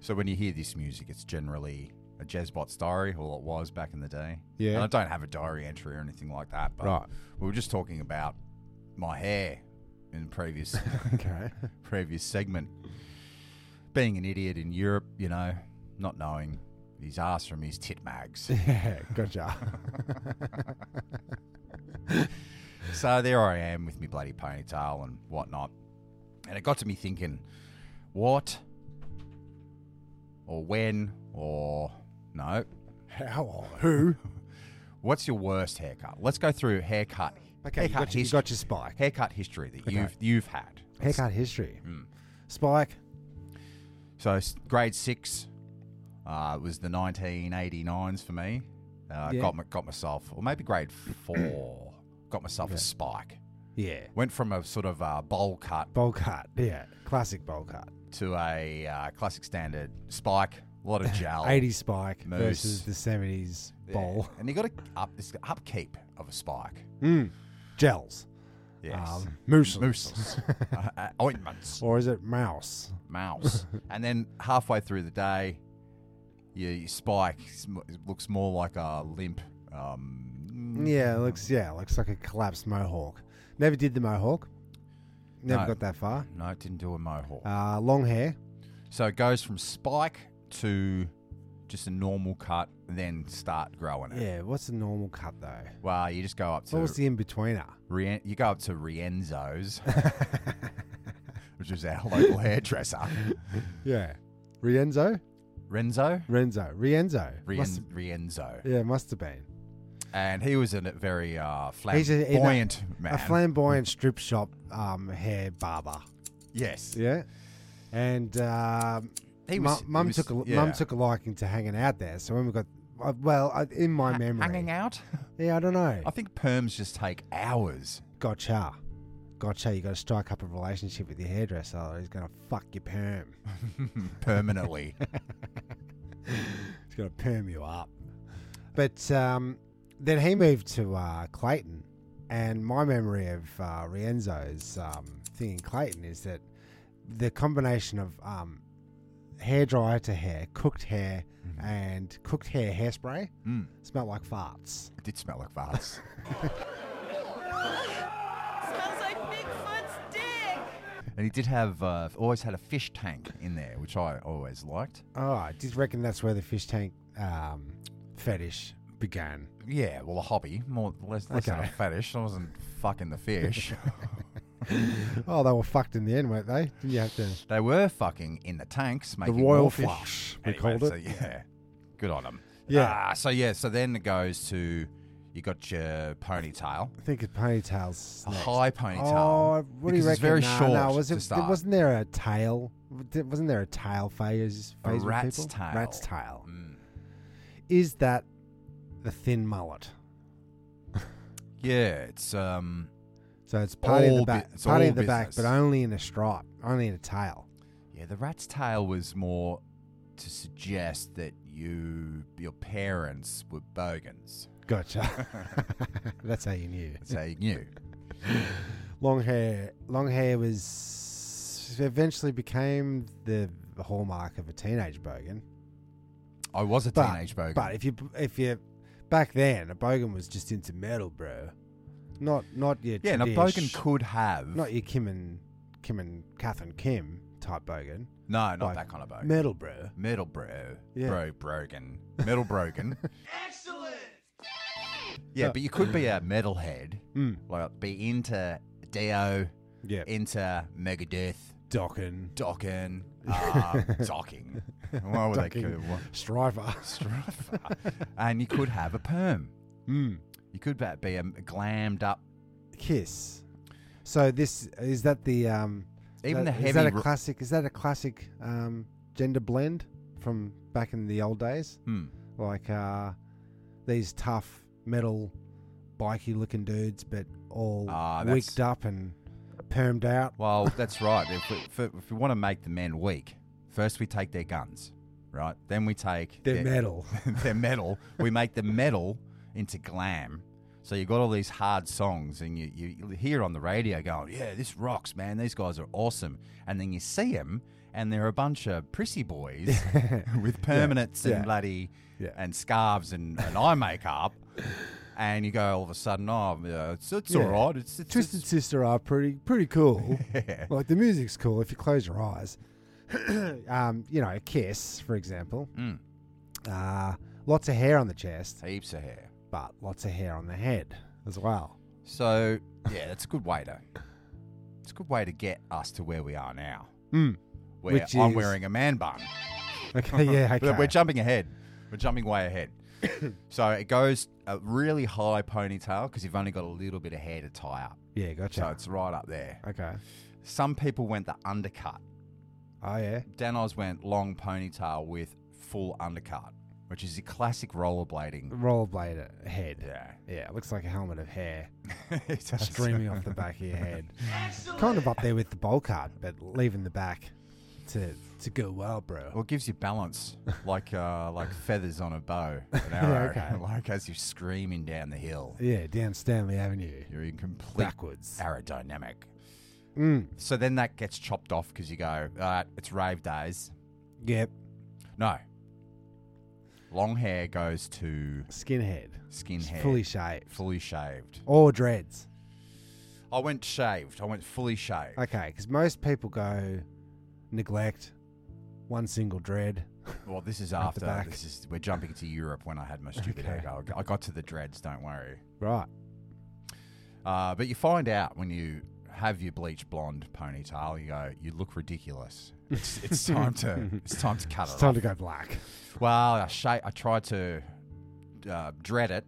S2: so when you hear this music, it's generally a Jazzbot's diary, all it was back in the day.
S3: Yeah.
S2: And I don't have a diary entry or anything like that. But
S3: Right.
S2: We were just talking about my hair in the
S3: [LAUGHS]
S2: previous
S3: Okay.
S2: previous segment. Being an idiot in Europe, you know, not knowing his ass from his tit mags.
S3: [LAUGHS] Yeah, gotcha.
S2: so there I am with my bloody ponytail and whatnot. And it got to me thinking, what or when or no,
S3: How or who?
S2: [LAUGHS] what's your worst haircut? Let's go through haircut.
S3: [LAUGHS] Okay, you
S2: haircut
S3: got, your, you
S2: history.
S3: got your spike. Hmm.
S2: haircut history that
S3: Okay.
S2: you've you've had.
S3: Haircut history.
S2: Mm.
S3: Spike.
S2: So s- grade six uh, was the 1989s for me. Uh,
S3: Yeah.
S2: Got my, got myself, or maybe grade
S3: [CLEARS THROAT]
S2: four, got myself a spike.
S3: Yeah.
S2: Went from a sort of uh, bowl cut
S3: Bowl cut. Yeah. Classic bowl cut.
S2: to a uh, classic standard spike, a lot of
S3: [LAUGHS]
S2: gel.
S3: 80s spike
S2: Moose.
S3: versus the 70s
S2: Yeah.
S3: bowl.
S2: And you got to up this upkeep of a spike.
S3: Mm. Gels.
S2: Yes.
S3: Um, mousses.
S2: Mousses. [LAUGHS] uh, uh, ointments.
S3: [LAUGHS] Or is it mouse? [LAUGHS]
S2: Mouse. and then halfway through the day, your, your spike sm- looks more like a limp. Um,
S3: Yeah, it looks yeah, it looks like a collapsed mohawk. Never did the mohawk. Never
S2: No.
S3: got that far.
S2: No, it didn't do a mohawk.
S3: Uh, long hair.
S2: so it goes from spike to just a normal cut, and then start growing it.
S3: Yeah, what's the normal cut though?
S2: Well, you just go up to
S3: what was the
S2: [LAUGHS]
S3: in betweener?
S2: Rien- you go up to Rienzo's, which is our [LAUGHS] local
S3: [LAUGHS]
S2: hairdresser.
S3: Yeah. Rienzo?
S2: Renzo?
S3: Renzo. Rienzo. Must-
S2: Rien- Rienzo.
S3: yeah, must have been.
S2: And he was a very uh,
S3: He's a- he's a-
S2: flamboyant man.
S3: A flamboyant strip shop um, hair barber.
S2: yes.
S3: Yeah. And um,
S2: He
S3: mu-
S2: was- he
S3: mum
S2: was-
S3: took a,
S2: yeah.
S3: mum took a liking to hanging out there. So when we got I, well, I, in my memory,
S2: hanging
S3: [LAUGHS]
S2: out.
S3: Yeah, I don't know.
S2: I think perms just take hours.
S3: Gotcha, gotcha. You got to strike up a relationship with your hairdresser, or he's gonna fuck your perm [LAUGHS]
S2: Permanently.
S3: he's gonna perm you up. But um, then he moved to uh, Clayton, and my memory of uh, Rienzo's um, thing in Clayton is that the combination of um, hair dryer to hair, cooked hair, and cooked hair hairspray
S2: Mm.
S3: smelled like farts.
S2: It did smell like
S3: [LAUGHS]
S2: farts.
S13: Smells like Bigfoot's dick.
S2: and he did have uh, always had a fish tank in there, which I always liked.
S3: Oh, I just reckon that's where the fish tank um, fetish began.
S2: Yeah, well, a hobby more less, less than a
S3: Okay.
S2: fetish. I wasn't fucking the
S3: [LAUGHS]
S2: fish.
S3: Oh, they were fucked in the end, weren't they? Didn't you have to?
S2: they were fucking in the tanks, making more
S3: royal
S2: fish.
S3: flush, we
S2: Anyway,
S3: called it.
S2: so, yeah, good on them.
S3: Yeah.
S2: Ah, so yeah, so then it goes to you got your ponytail,
S3: I think it's ponytails.
S2: a
S3: next.
S2: high ponytail.
S3: Oh, what do
S2: because
S3: you reckon?
S2: It's very
S3: Nah,
S2: short.
S3: nah, was
S2: to
S3: it,
S2: start.
S3: Wasn't there a tail? Di- Wasn't there a tail phase?
S2: A
S3: phase with
S2: rat's
S3: people?
S2: tail.
S3: Rat's tail.
S2: Mm.
S3: Is that the thin mullet?
S2: Yeah, it's um.
S3: So it's party in
S2: All
S3: the
S2: bu-
S3: back,
S2: it's
S3: party
S2: all
S3: in the back, but
S2: business.
S3: only in a stripe, only in a tail.
S2: Yeah, the rat's tail was more to suggest that you your parents were bogans. [LAUGHS]
S3: Gotcha. [LAUGHS] That's how you knew.
S2: That's how you
S3: [LAUGHS]
S2: knew.
S3: Long hair. Long hair was eventually became the hallmark of a teenage bogan.
S2: I was a
S3: But-
S2: teenage bogan.
S3: But if you if you back then a bogan was just into metal, bro. Not not your
S2: yeah, and a
S3: tradish-
S2: bogan could have
S3: not e-, your Kim and Kim and Kath and Kim type bogan.
S2: no, not
S3: like
S2: that kind of bogan.
S3: Metal, bro.
S2: Metal bro,
S3: Yeah.
S2: bro brogan, metal
S3: [LAUGHS]
S2: brogan. Yeah, but you could
S3: [LAUGHS]
S2: be a metalhead,
S3: [CLEARS THROAT] Mm.
S2: like be into Dio,
S3: Yeah,
S2: into Megadeth,
S3: Dokken,
S2: [LAUGHS]
S3: [LAUGHS]
S2: Dokken, uh, Docking. What would they
S3: Docking.
S2: call it? [LAUGHS]
S3: Striver. [LAUGHS]
S2: Strifer. and you could have a perm.
S3: Mm.
S2: You could ba- be a glammed up.
S3: Kiss. So this is that the um is
S2: Even
S3: that-
S2: the
S3: is that a
S2: heavy ro-
S3: classic is that a classic um gender blend from back in the old days?
S2: Hmm.
S3: Like uh these tough metal biky looking dudes but all
S2: Ah, that's-
S3: wigged up and permed out.
S2: Well, that's right. If we, if, if we want to make the men weak, first we take their guns, right? Then we take
S3: They're metal.
S2: [LAUGHS] their metal. We make the metal into glam. So you got all these hard songs, and you, you you hear on the radio going, "Yeah, this rocks, man. These guys are awesome." And then you see them, and they're a bunch of prissy
S3: [LAUGHS]
S2: boys with permanents and
S3: yeah.
S2: bloody
S3: Yeah.
S2: and scarves and, and eye makeup. And you go all of a sudden, "Oh, yeah, it's it's
S3: Yeah.
S2: all right. It's, it's
S3: Twisted
S2: it's-
S3: Sister are pretty pretty cool.
S2: [LAUGHS] Yeah.
S3: Like the music's cool if you close your eyes. [CLEARS THROAT] um, you know, Kiss, for example.
S2: Mm.
S3: Uh, lots of hair on the chest,
S2: heaps of hair."
S3: but lots of hair on the head as well.
S2: So yeah, that's a good way to. It's a good way to get us to where we are now.
S3: Mm.
S2: Where
S3: Which
S2: I'm
S3: is-
S2: wearing a man bun. [LAUGHS]
S3: Okay, yeah, okay.
S2: But We're jumping ahead. We're jumping way ahead.
S3: [COUGHS]
S2: so it goes a really high ponytail because you've only got a little bit of hair to tie up.
S3: yeah, gotcha.
S2: So it's right up there.
S3: okay.
S2: Some people went the undercut.
S3: Oh yeah.
S2: Danos went long ponytail with full undercut, which is a classic rollerblading.
S3: Rollerblade head.
S2: Yeah.
S3: Yeah, it looks like a helmet of hair
S2: It does.
S3: streaming off the back of your head. Kind of up there with the bowl cut, but leaving the back to to go well, bro.
S2: Well, it gives you
S3: [LAUGHS]
S2: balance, like uh, like feathers on a bow, an arrow,
S3: okay.
S2: [LAUGHS] like as you're screaming down the hill.
S3: Yeah, down Stanley Avenue.
S2: You're in complete
S3: Backwards.
S2: aerodynamic.
S3: Mm.
S2: So then that gets chopped off because you go, all right, it's rave days.
S3: Yep.
S2: No. Long hair goes to
S3: Skinhead.
S2: skin
S3: Just
S2: hair.
S3: Fully shaved.
S2: fully shaved.
S3: Or dreads.
S2: I went shaved. I went fully shaved.
S3: Okay, because most people go neglect one single dread.
S2: Well, this is
S3: At the
S2: after.
S3: back.
S2: This is we're jumping to Europe when I had my stupid
S3: Okay.
S2: haircut. I got to the dreads. Don't worry.
S3: Right.
S2: Uh, but you find out when you have your bleach blonde ponytail, you go, you look ridiculous. It's, it's time
S3: [LAUGHS]
S2: to it's time to cut
S3: It's
S2: it.
S3: time
S2: off.
S3: to go black.
S2: Well, I, sha- I tried to uh, dread it,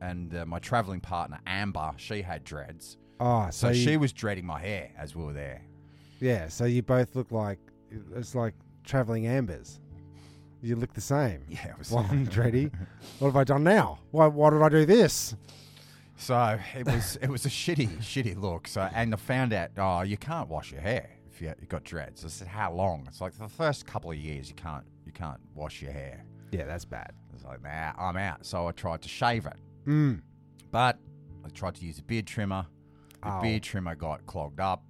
S2: and uh, my traveling partner Amber, she had dreads,
S3: Oh,
S2: so,
S3: so, you,
S2: she was dreading my hair as we were there.
S3: yeah, so you both look like it's like traveling ambers. You look the same.
S2: Yeah, it was-
S3: Blonde dready. What have I done now? Why, why did I do this?
S2: [LAUGHS] So it was it was a shitty shitty look. So and I found out oh you can't wash your hair if you you got dreads. I said how long? It's like the first couple of years you can't you can't wash your hair.
S3: Yeah, that's bad.
S2: It's like nah, I'm out. So I tried to shave it,
S3: Mm.
S2: but I tried to use a beard trimmer. The
S3: Ow.
S2: beard trimmer got clogged
S3: [LAUGHS]
S2: up.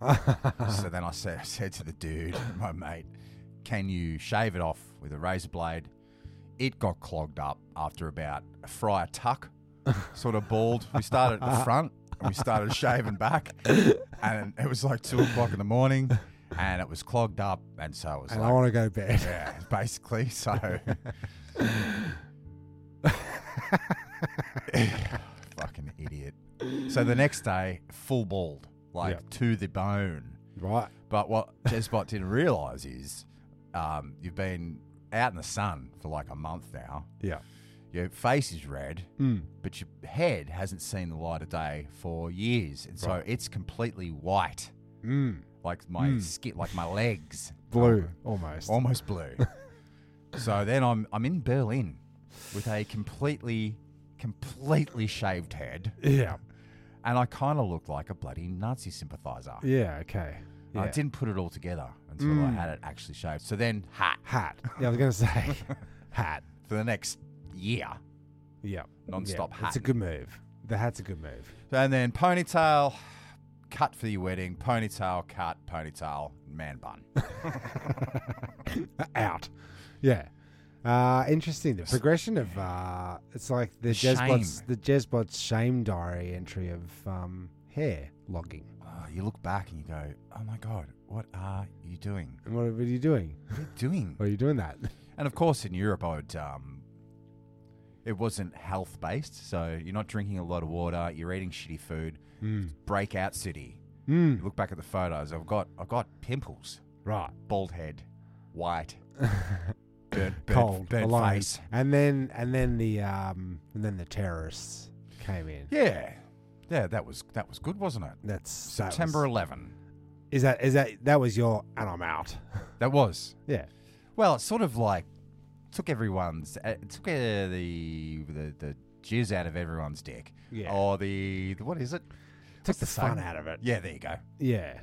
S2: so then I said I said to the dude, [LAUGHS] my mate, can you shave it off with a razor blade? It got clogged up after about a fryer
S3: [LAUGHS]
S2: tuck, sort of bald. We started at the front and we
S3: [LAUGHS]
S2: started shaving back, and it was like two o'clock in the morning, and it was clogged up, and so it was
S3: And
S2: like,
S3: I want to go to bed.
S2: [LAUGHS] yeah, basically. So [LAUGHS] fucking idiot. So the next day, full bald, like
S3: Yeah.
S2: to the bone.
S3: [LAUGHS] Right.
S2: But what Jezbot didn't realise is um, you've been out in the sun for like a month now.
S3: Yeah.
S2: Your face is red,
S3: Mm.
S2: but your head hasn't seen the light of day for years, and so
S3: Right.
S2: it's completely white,
S3: Mm.
S2: like my
S3: Mm.
S2: skin, like my legs,
S3: Blue, almost.
S2: almost
S3: [LAUGHS]
S2: blue. so then I'm I'm in Berlin with a completely completely shaved head.
S3: Yeah.
S2: And I kind of looked like a bloody Nazi sympathiser.
S3: Yeah, okay.
S2: I
S3: Yeah.
S2: didn't put it all together until I
S3: Mm.
S2: had it actually shaved. So then hat. [LAUGHS]
S3: Hat. Yeah, I was going to say hat.
S2: For the next year.
S3: Yeah.
S2: Non-stop
S3: yeah. It's a
S2: hatting.
S3: good move. The hat's a good move.
S2: And then ponytail cut for your wedding, ponytail cut, ponytail, man bun. [LAUGHS]
S3: Uh, Out. Yeah. Uh, interesting. The progression of uh, it's like the
S2: Shame.
S3: Jezbot's the Jezbot's shame diary entry of um, hair logging.
S2: Oh, you look back and you go, oh my God, what are you doing?
S3: And what, what are you doing?
S2: What are you
S3: [LAUGHS]
S2: doing?
S3: Why are you doing that?
S2: And of course, in Europe, I would. Um, it wasn't health based, so you're not drinking a lot of water. You're eating shitty food. Breakout city.
S3: Mm.
S2: You Mm. look back at the photos. I've got I've got pimples.
S3: Right. [LAUGHS]
S2: Bald head, white, burnt, burnt,
S3: Cold,
S2: burnt
S3: alone.
S2: face.
S3: and then and then the um, and then the terrorists came in.
S2: Yeah, yeah. That was that was good, wasn't it?
S3: That's that was-
S2: September 11.
S3: Is that is that that was your and I'm out? [LAUGHS]
S2: That was.
S3: Yeah.
S2: Well, it sort of like took everyone's uh, it took uh, the the the jizz out of everyone's dick.
S3: Yeah.
S2: Or the, the what is it?
S3: Took
S2: What's
S3: the fun
S2: saying?
S3: out of it.
S2: Oh, Yeah, there you go.
S3: Yeah,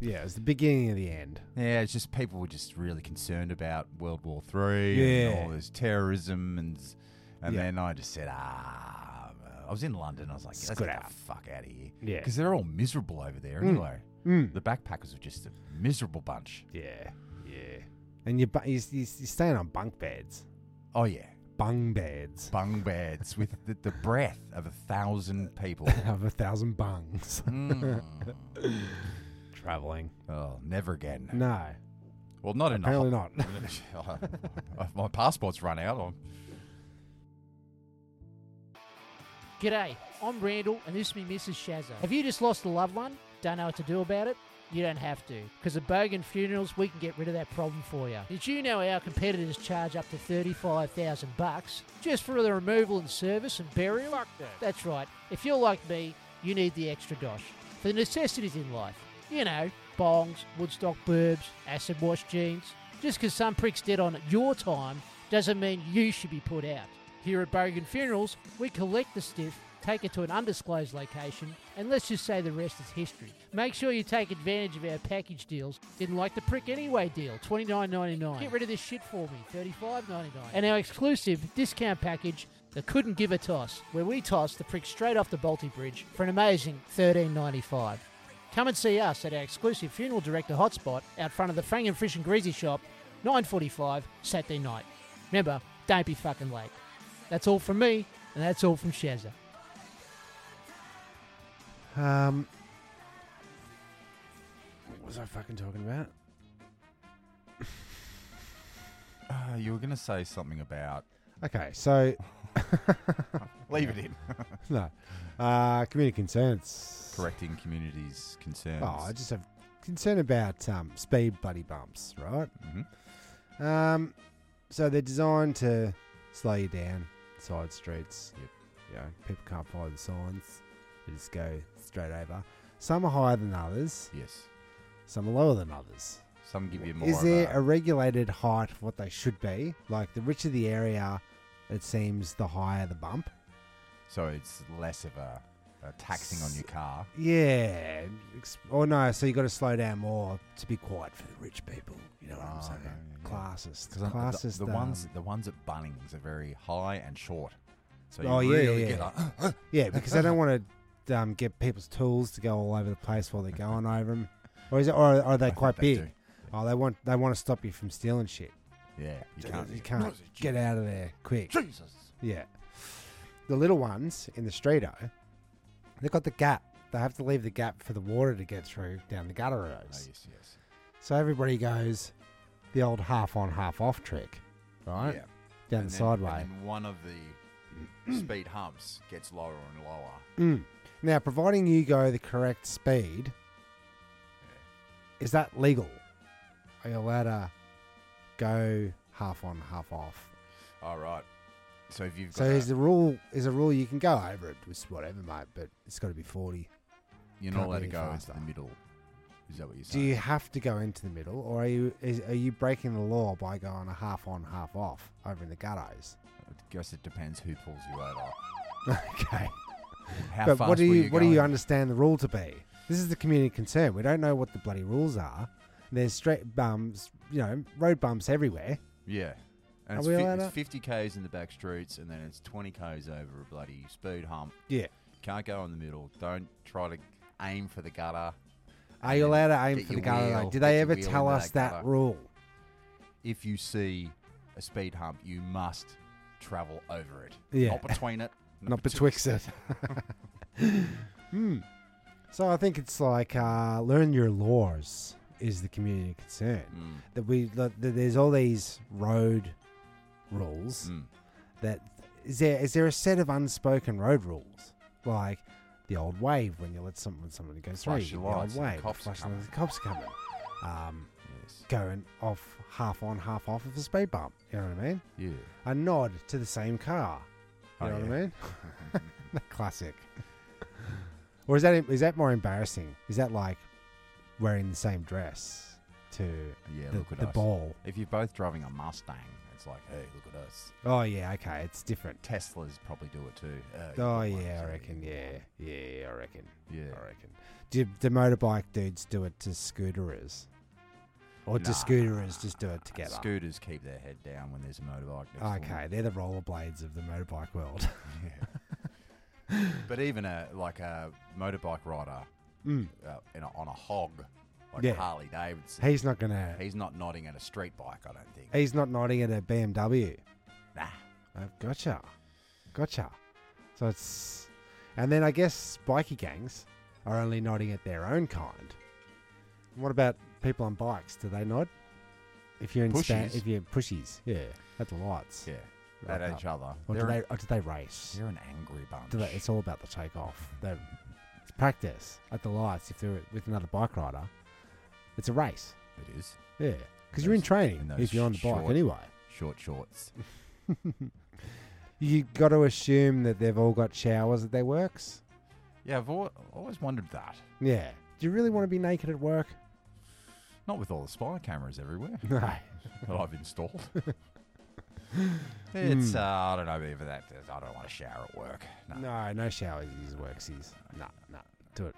S3: yeah. It was the beginning of the end.
S2: Yeah, it's just people were just really concerned about World War Three
S3: Yeah.
S2: and all this terrorism and and
S3: Yeah.
S2: then I just said ah I was in London. I was like, let's
S3: Scoot
S2: get
S3: out."
S2: the fuck out of here.
S3: Yeah.
S2: because they're all miserable over there
S3: Mm.
S2: anyway.
S3: Mm.
S2: The backpackers were just a miserable bunch.
S3: Yeah, yeah. And you're, bu- you're, you're staying on bunk beds.
S2: Oh yeah,
S3: Bung beds.
S2: bung beds with the, the breath of a thousand
S3: [LAUGHS]
S2: people.
S3: Of a
S2: [LAUGHS]
S3: thousand bungs.
S2: Mm.
S3: Traveling.
S2: oh, never again.
S3: No.
S2: Well, not
S3: Apparently
S2: in [LAUGHS] a [LAUGHS]
S3: [LAUGHS]
S2: not. My passport's run out. I'm
S8: G'day, I'm Randall, and this is me, Mrs. Shazza. Have you just lost a loved one? Don't know what to do about it? You don't have to, because at Bogan Funerals, we can get rid of that problem for you. Did you know our competitors charge up to thirty-five thousand bucks just for the removal and service and burial? Fuck that. That's right. If you're like me, you need the extra dosh for the necessities in life. You know, bongs, Woodstock burbs, acid wash jeans. Just because some prick's dead on at your time doesn't mean you should be put out. Here at Bogan Funerals, we collect the stiff, take it to an undisclosed location, and let's just say the rest is history. Make sure you take advantage of our package deals. Didn't like the prick anyway deal, twenty nine ninety nine. Get rid of this shit for me, thirty five ninety nine. And our exclusive discount package, the couldn't give a toss, where we toss the prick straight off the Balti Bridge for an amazing thirteen ninety five. Come and see us at our exclusive funeral director hotspot out front of the Frank and Frisch and Greasy shop, 9.45 Saturday night. Remember, don't be fucking late. That's all from me, and that's all from Shazza.
S3: Um. What was I fucking talking about?
S2: Uh, you were going to say something about.
S3: Okay, so [LAUGHS]
S2: Leave it in.
S3: no, uh, community concerns.
S2: Correcting communities' concerns.
S3: Oh, I just have concern about um, speed buddy bumps, right?
S2: Mhm.
S3: Um, so they're designed to slow you down, side streets. Yep. You know, people can't follow the signs. They just go straight over. Some are higher than others.
S2: Yes.
S3: Some are lower than others.
S2: Some give you more.
S3: Is
S2: of
S3: there
S2: a-
S3: a regulated height of what they should be? Like the richer the area, it seems the higher the bump.
S2: so it's less of a, a taxing on your car.
S3: Yeah. ex- Or no, so you got to slow down more to be quiet for the rich people. You know what I'm saying? Classes.
S2: I'm-
S3: Classes.
S2: the, the
S3: um,
S2: ones the ones at Bunnings are very high and short. So you
S3: oh yeah,
S2: really
S3: yeah,
S2: get
S3: yeah. [LAUGHS]
S2: like,
S3: yeah, because they don't want to um, get people's tools to go all over the place while they're going over them, or is it? Or are they
S2: [LAUGHS]
S3: quite
S2: they
S3: big? Oh, they want they want to stop you from stealing shit.
S2: Yeah, you can't-
S3: You
S2: No,
S3: can't
S2: it's
S3: get
S2: Jesus.
S3: out of there quick.
S2: Jesus.
S3: Yeah, the little ones in the streeto, they've got the gap. They have to leave the gap for the water to get through down the gutter roads. yes,
S2: yes.
S3: So everybody goes the old half on half off trick, right?
S2: Yeah.
S3: Down
S2: and then-
S3: the sideway.
S2: And then one of
S3: [CLEARS THROAT]
S2: the speed humps gets lower and lower.
S3: Mm. Now, providing you go the correct speed, is that legal? Are you allowed to go half on, half off?
S2: All right. So if you've got
S3: So
S2: a-
S3: is the rule is a rule you can go over it with whatever, mate, but it's got to be forty.
S2: you're not
S3: Can't
S2: allowed
S3: be
S2: to
S3: any
S2: go
S3: faster.
S2: into the middle. Is that what you're
S3: Do
S2: saying?
S3: you have to go into the middle, or are you is, are you breaking the law by going a half on, half off over in the guttos?
S2: I guess it depends who pulls you over.
S3: [LAUGHS] okay.
S2: How
S3: but
S2: fast
S3: what do
S2: were
S3: you,
S2: you
S3: what do you
S2: going?
S3: understand the rule to be? This is the community concern. We don't know what the bloody rules are. There's straight bumps, you know, road bumps everywhere.
S2: Yeah.
S3: Are
S2: And
S3: we
S2: it's,
S3: allowed
S2: fi-
S3: to-
S2: it's 50 k's in the back streets, and then it's 20 k's over a bloody speed hump.
S3: Yeah.
S2: Can't go in the middle. Don't try to aim for the gutter.
S3: Are you allowed to aim for the gutter? though? Did they ever tell us that, rule?
S2: If you see a speed hump, you must travel over it.
S3: Yeah.
S2: Not between
S3: [LAUGHS]
S2: it.
S3: Not betwixt it.
S2: [LAUGHS]
S3: hmm. So I think it's like uh, learn your laws is the community concern.
S2: Hmm.
S3: That we that that there's all these road rules.
S2: Hmm.
S3: That is there is there a set of unspoken road rules like the old wave when you let someone somebody go through
S2: Flash
S3: you,
S2: your
S3: the
S2: lights
S3: old
S2: and the
S3: wave,
S2: cops are
S3: flash your
S2: coming.
S3: lights, the cops are coming. Um, going off half on half off of a speed bump. You know what I mean?
S2: Yeah.
S3: A nod to the same car. You
S2: Oh,
S3: know what
S2: yeah.
S3: I
S2: [LAUGHS]
S3: mean? [LAUGHS] the classic. Or is that is that more embarrassing? Is that like wearing the same dress to
S2: Yeah,
S3: the,
S2: look at
S3: the
S2: us.
S3: ball?
S2: If you're both driving a Mustang, it's like, hey, look at us.
S3: Oh yeah, okay, it's different.
S2: Teslas probably do it too. Uh,
S3: Oh yeah, I reckon. Yeah, yeah, I reckon.
S2: Yeah.
S3: I reckon. Do the motorbike dudes do it to scooterers, or do
S2: Nah.
S3: scooterers just do it together?
S2: Scooters keep their head down when there's a motorbike. next to them.
S3: okay, they're the rollerblades of the motorbike world. [LAUGHS]
S2: [LAUGHS] But even a like a motorbike rider
S3: Mm.
S2: uh, in a, on a hog, like
S3: Yeah.
S2: Harley Davidson,
S3: He's not gonna-
S2: He's not nodding at a street bike. I don't think.
S3: He's not nodding at a BMW.
S2: Nah.
S3: Uh, gotcha. Gotcha. So it's. And then I guess bikie gangs are only nodding at their own kind. And what about people on bikes? Do they nod? If you're in Spa-
S2: Pushies.
S3: if you're pushies, yeah, at the lights,
S2: yeah,
S3: Right
S2: at
S3: up.
S2: each other.
S3: Or do
S2: They're
S3: they,
S2: an-
S3: or do they race?
S2: They're an angry bunch.
S3: Do they, it's all about the takeoff. They it's practice at the lights if they're with another bike rider. It's a race.
S2: It is.
S3: Yeah, because you're in training
S2: And those
S3: if you're on the bike
S2: short-
S3: anyway.
S2: Short
S3: [LAUGHS]
S2: shorts.
S3: You got to assume that they've all got showers at their works.
S2: yeah, I've al- always wondered that.
S3: Yeah. Do you really want to be naked
S2: [LAUGHS]
S3: at work?
S2: Not with all the spy cameras everywhere. [LAUGHS]
S3: No.
S2: that I've installed.
S3: [LAUGHS]
S2: it's
S3: Hmm.
S2: uh, I don't know if that I don't want to shower at work. No.
S3: No, no showers. Use worksies. No, no. Do it.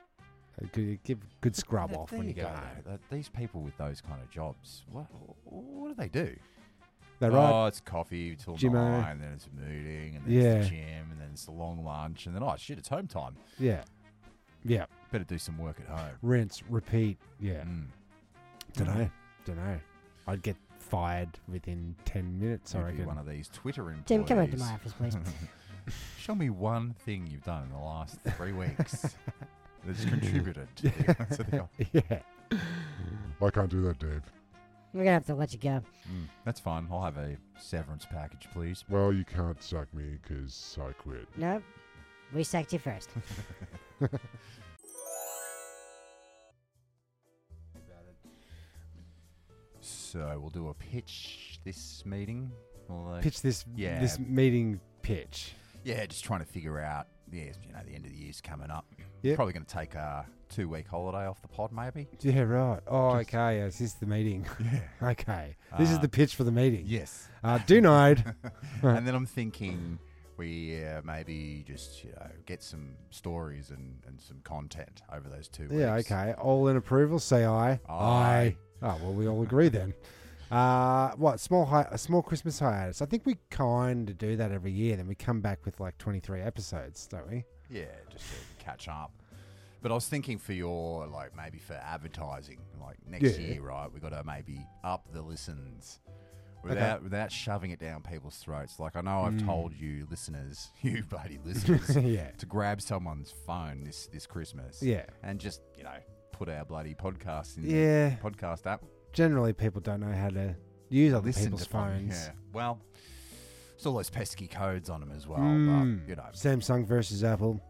S3: A Good, give a good scrub [LAUGHS]
S2: Th-
S3: off
S2: there
S3: when you go
S2: go.
S3: home.
S2: Th- These people with those kind of jobs, what what do they do?
S3: They
S2: Oh,
S3: ride-
S2: it's coffee till
S3: Gym, uh,
S2: nine, then it's a meeting, and then it's
S3: Yeah.
S2: the gym, and then it's the long lunch, and then oh shit, it's home time.
S3: Yeah. Yeah.
S2: Better do some work at home. Hmm,
S3: Rinse, repeat. Yeah. Dunno.
S2: Mm.
S3: Dunno. I'd get fired within 10 minutes, I
S2: You'd be
S3: reckon.
S2: one of these Twitter employees.
S10: Tim, come over to my office, please. [LAUGHS]
S2: [LAUGHS] Show me one thing you've done in the last three
S3: [LAUGHS]
S2: weeks that's contributed to the, to the
S3: Yeah.
S12: I can't do that, Dave.
S10: We're gonna have to let you go.
S2: Mm, that's fine. I'll have a severance package, please.
S12: Well, you can't sack me because I quit.
S10: No, we sacked you first.
S2: So we'll do a pitch this meeting. We'll, uh,
S3: Pitch this
S2: Yeah.
S3: this meeting pitch.
S2: yeah, just trying to figure out yeah, it's, you know, the end of the year's coming up.
S3: Yep.
S2: Probably going to take a two week holiday off the pod, maybe.
S3: Yeah, right. Oh, okay. Yes, this is the meeting. [LAUGHS] Yeah. okay. This is
S2: Uh,
S3: the pitch for the meeting.
S2: [LAUGHS] yes.
S3: Uh, denied.
S2: [LAUGHS]
S3: Right.
S2: And then I'm thinking we uh, maybe just you know get some stories and, and some content over those two weeks.
S3: Yeah, okay. All in approval, say aye.
S2: Aye.
S3: Oh, well, we all agree then. Uh, what small hi- a small Christmas hiatus? I think we kind of do that every year. Then we come back with like twenty three episodes, don't we?
S2: Yeah, just to catch up. But I was thinking for your like maybe for advertising, like next
S3: Yeah.
S2: year, right? We got to maybe up the listens
S3: Okay.
S2: without without shoving it down people's throats. Like I know I've
S3: Mm.
S2: told you listeners, [LAUGHS] you buddy
S3: [LAUGHS]
S2: listeners,
S3: Yeah.
S2: to grab someone's phone this this Christmas,
S3: Yeah.
S2: and just you know put our bloody podcast in
S3: Yeah.
S2: the podcast app.
S3: Generally, people don't know how to use other
S2: Listen
S3: people's
S2: to pod-
S3: phones.
S2: Yeah. Well, it's all those pesky codes on them as well.
S3: Mm.
S2: But you know,
S3: Samsung versus Apple.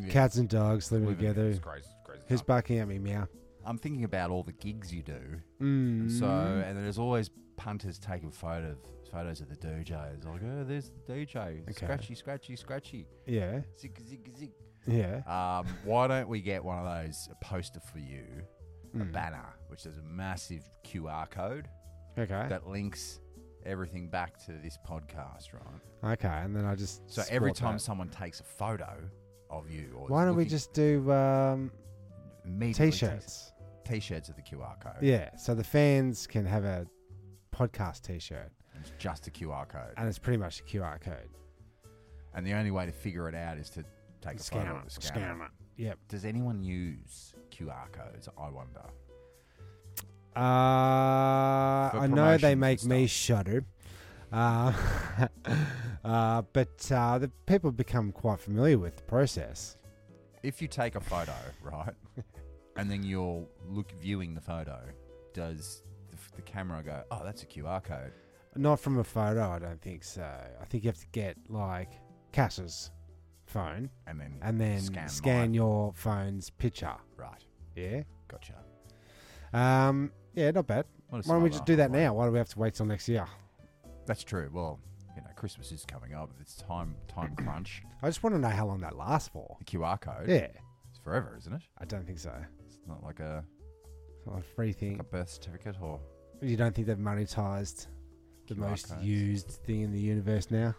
S2: Yeah.
S3: Cats and dogs living
S2: Living
S3: together.
S2: it's crazy- it's crazy
S3: Who's barking at me? Meow.
S2: I'm thinking about all the gigs you do.
S3: Mm.
S2: And so, and there's always punters taking photos photos of the DJs. Like, oh, there's the DJ.
S3: Okay.
S2: Scratchy, scratchy, scratchy.
S3: Yeah.
S2: Zig, zig, zig.
S3: Yeah.
S2: Um, why don't we get one of those a poster for you, a
S3: Mm.
S2: banner, which is a massive QR code
S3: Okay.
S2: that links everything back to this podcast, right?
S3: Okay, and then I just
S2: So every
S3: sport
S2: time
S3: that.
S2: someone takes a photo of you, or
S3: Why don't we just do um, t-shirts?
S2: t shirts of the QR code?
S3: Yeah, so the fans can have a podcast T-shirt,
S2: It's just a QR code.
S3: and it's pretty much a QR code.
S2: And the only way to figure it out is to take a
S3: Scan
S2: photo
S3: it,
S2: of the
S3: scan it. Yep.
S2: Does anyone use QR codes? I wonder.
S3: Uh, I know they make me shudder, uh, [LAUGHS] uh, but uh, the people become quite familiar with the process.
S2: If you take a photo, [LAUGHS] right, and then you're look viewing the photo, does the, the camera go? Oh, that's a QR code.
S3: Not from a photo, I don't think so. I think you have to get like Cass's phone
S2: And then
S3: and then
S2: scan
S3: scan,
S2: mine.
S3: your phone's picture.
S2: Right.
S3: Yeah.
S2: Gotcha.
S3: Um. Yeah, not bad.
S2: What
S3: Why
S2: a
S3: don't we
S2: smart
S3: just do that
S2: idea.
S3: now? Why do we have to wait till next year?
S2: That's true. Well, you know, Christmas is coming up. It's time time crunch.
S3: I just want to know how long that lasts for.
S2: The QR code.
S3: Yeah.
S2: It's forever, isn't it?
S3: I don't think so.
S2: It's not like a,
S3: It's not a free thing.
S2: a birth certificate or
S3: You don't think they've monetized the
S2: QR
S3: most
S2: codes.
S3: used thing in the universe now?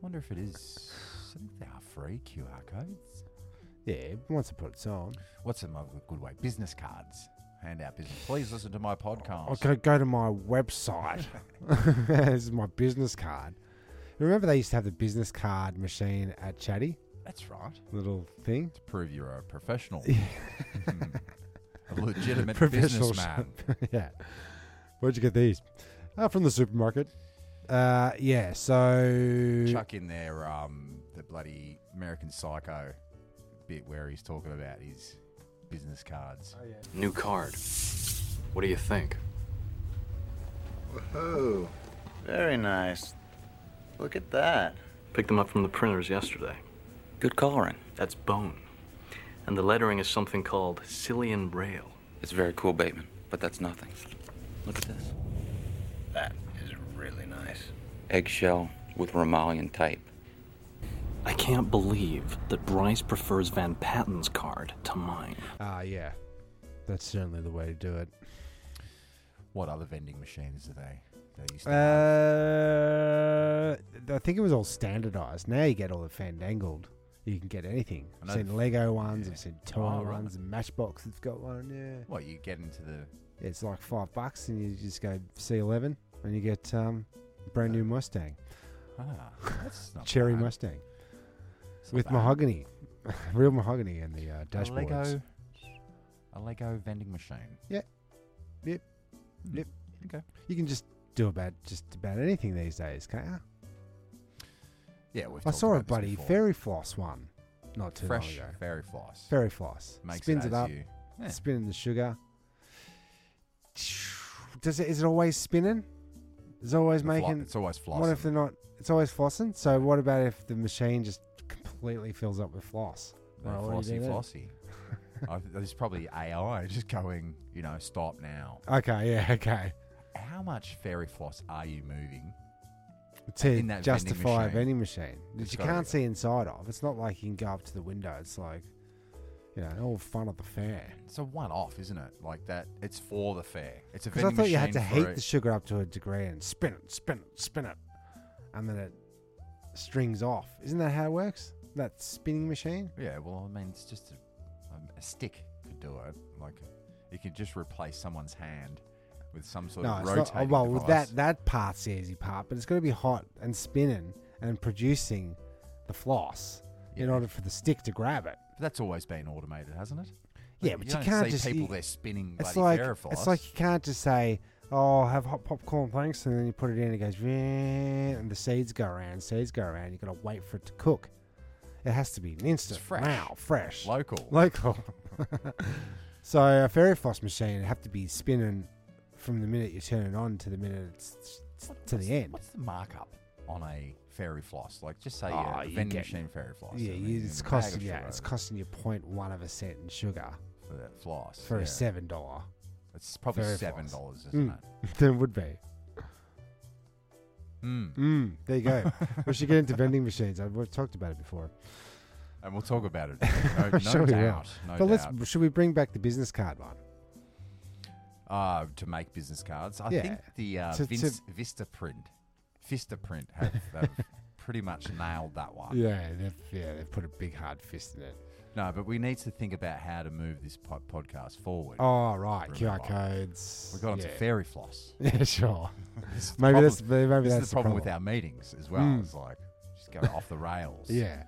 S2: wonder if it is. I think they are free QR codes.
S3: Yeah, once I put it on.
S2: What's another good way? Business cards. Hand out business. Please listen to my podcast.
S3: I could go to my website. [LAUGHS] this is my business card. Remember they used to have the business card machine at Chatty?
S2: That's right.
S3: Little thing?
S2: To prove you're a professional, Mm-hmm. a legitimate
S3: [LAUGHS] Professional
S2: businessman.
S3: shop. [LAUGHS] yeah. Where'd you get these? Uh, from the supermarket. Uh, yeah, so.
S2: Chuck in there um, the bloody American Psycho bit where he's talking about his business cards.
S3: Oh,
S14: New card. What do you think?
S15: Oh, very nice. Look at that.
S14: Picked them up from the printers yesterday. Good coloring. That's bone. And the lettering is something called Cillian Braille.
S16: It's very cool, Bateman, but that's nothing. Look at this
S15: That is really nice.
S16: eggshell with Romalian type.
S14: I can't believe that Bryce prefers Van Patten's card to mine.
S3: Ah, yeah. That's certainly the way to do it.
S2: What other vending machines are they? They used to have?
S3: Uh, I think it was all standardized. Now you get all the fandangled. You can get anything.
S2: I
S3: I've
S2: know
S3: seen
S2: the-
S3: Lego ones, I've seen toy
S2: Oh, right.
S3: ones, and Matchbox has got one, yeah.
S2: What you get into the
S3: It's like five bucks, and you just go C11 and you get um, a brand new Mustang,
S2: ah, that's not
S3: [LAUGHS] Cherry
S2: bad.
S3: Mustang,
S2: It's not
S3: with
S2: bad.
S3: mahogany, [LAUGHS] real mahogany in the uh,
S2: A
S3: dashboards.
S2: Lego, a Lego vending machine.
S3: Yeah. Yep. Yep.
S2: Okay.
S3: You can just do about just about anything these days, can't you?
S2: Yeah, we've
S3: I
S2: talked
S3: saw a
S2: about this
S3: buddy
S2: before.
S3: fairy floss one, not too
S2: fresh
S3: long ago.
S2: fairy floss.
S3: Fairy floss
S2: Makes it
S3: spins
S2: as
S3: it, up,
S2: you. Yeah.
S3: spinning the sugar. Does it? Is it always spinning? Is it always
S2: The flo-
S3: making?
S2: it's always
S3: What if
S2: flossing.
S3: they're not? It's always flossing. So what about if the machine just completely fills up with floss?
S2: Then
S3: Well, Oh, what do
S2: flossy,
S3: you do then? [LAUGHS]
S2: flossy. I, there's probably AI just going, you know, stop now.
S3: Okay, yeah, [LAUGHS] okay.
S2: How much fairy floss are you moving?
S3: to
S2: in that
S3: justify a
S2: vending
S3: vending machine that
S2: It's
S3: you
S2: gotta
S3: can't see inside of. It's not like you can go up to the window. It's like, you know, all fun at the fair.
S2: It's a one-off, isn't it? Like that. It's for the fair. It's a
S3: Because I
S2: vending
S3: thought you had to
S2: machine for
S3: heat
S2: a-
S3: the sugar up to a degree and spin it, spin it, spin it, and then it strings off. Isn't that how it works? That spinning machine.
S2: Yeah, well, I mean, it's just a, um, a stick could do it. Like, you could just replace someone's hand with some sort
S3: No,
S2: of
S3: it's
S2: rotating
S3: not. oh, Well, with
S2: device.
S3: that that part's the easy part, but it's going to be hot and spinning and producing the floss in order for the stick to grab it.
S2: But that's always been automated, hasn't it?
S3: Yeah,
S2: Like,
S3: but
S2: you,
S3: you,
S2: don't
S3: can't
S2: see
S3: just
S2: people
S3: you-
S2: there spinning
S3: It's
S2: bloody
S3: like
S2: ferrophos.
S3: it's like you can't just say, "Oh, I'll have hot popcorn planks," and then you put it in, and it goes, "Vroom," and the seeds go around, seeds go around. You got to wait for it to cook. It has to be an instant,
S2: fresh.
S3: wow, fresh,
S2: Local.
S3: local. oh. [LAUGHS] so a ferrophos machine would have to be spinning from the minute you turn it on to the minute it's it's to the end.
S2: What's the markup on a fairy floss? Like, just say
S3: Ah,
S2: uh,
S3: you
S2: vending
S3: get-
S2: machine fairy floss.
S3: Yeah,
S2: I
S3: you,
S2: mean,
S3: it's
S2: a bag
S3: costing
S2: of
S3: yeah,
S2: sugar
S3: it's costing you 0.1 of a cent in sugar
S2: for that floss
S3: for
S2: yeah.
S3: a seven dollar. [LAUGHS]
S2: It's probably seven dollars, isn't it?
S3: it? Then would be.
S2: Mm.
S3: Mm, there
S2: [LAUGHS]
S3: you go. we should get into vending machines. I, we've talked about it before.
S2: And we'll talk about
S3: [LAUGHS]
S2: it. No, no
S3: Sure we will.
S2: doubt. No
S3: but
S2: doubt.
S3: let's should we bring back the business card one?
S2: uh, to make business cards. I
S3: Yeah.
S2: think the uh,
S3: To- to-
S2: Vince, Vista Print, Vista Print have,
S3: [LAUGHS]
S2: have pretty much nailed that one.
S3: Yeah, they've, yeah, they've put a big hard fist in it.
S2: No, but we need to think about how to move this po- podcast forward.
S3: Oh right,
S2: Remember.
S3: QR codes.
S2: We got onto
S3: yeah.
S2: fairy floss.
S3: [LAUGHS] Yeah, sure.
S2: This is the
S3: maybe
S2: problem-
S3: that's maybe
S2: this
S3: that's
S2: is the problem, with
S3: problem.
S2: our meetings as well.
S3: Mm.
S2: It's like just go off the rails.
S3: [LAUGHS] Yeah.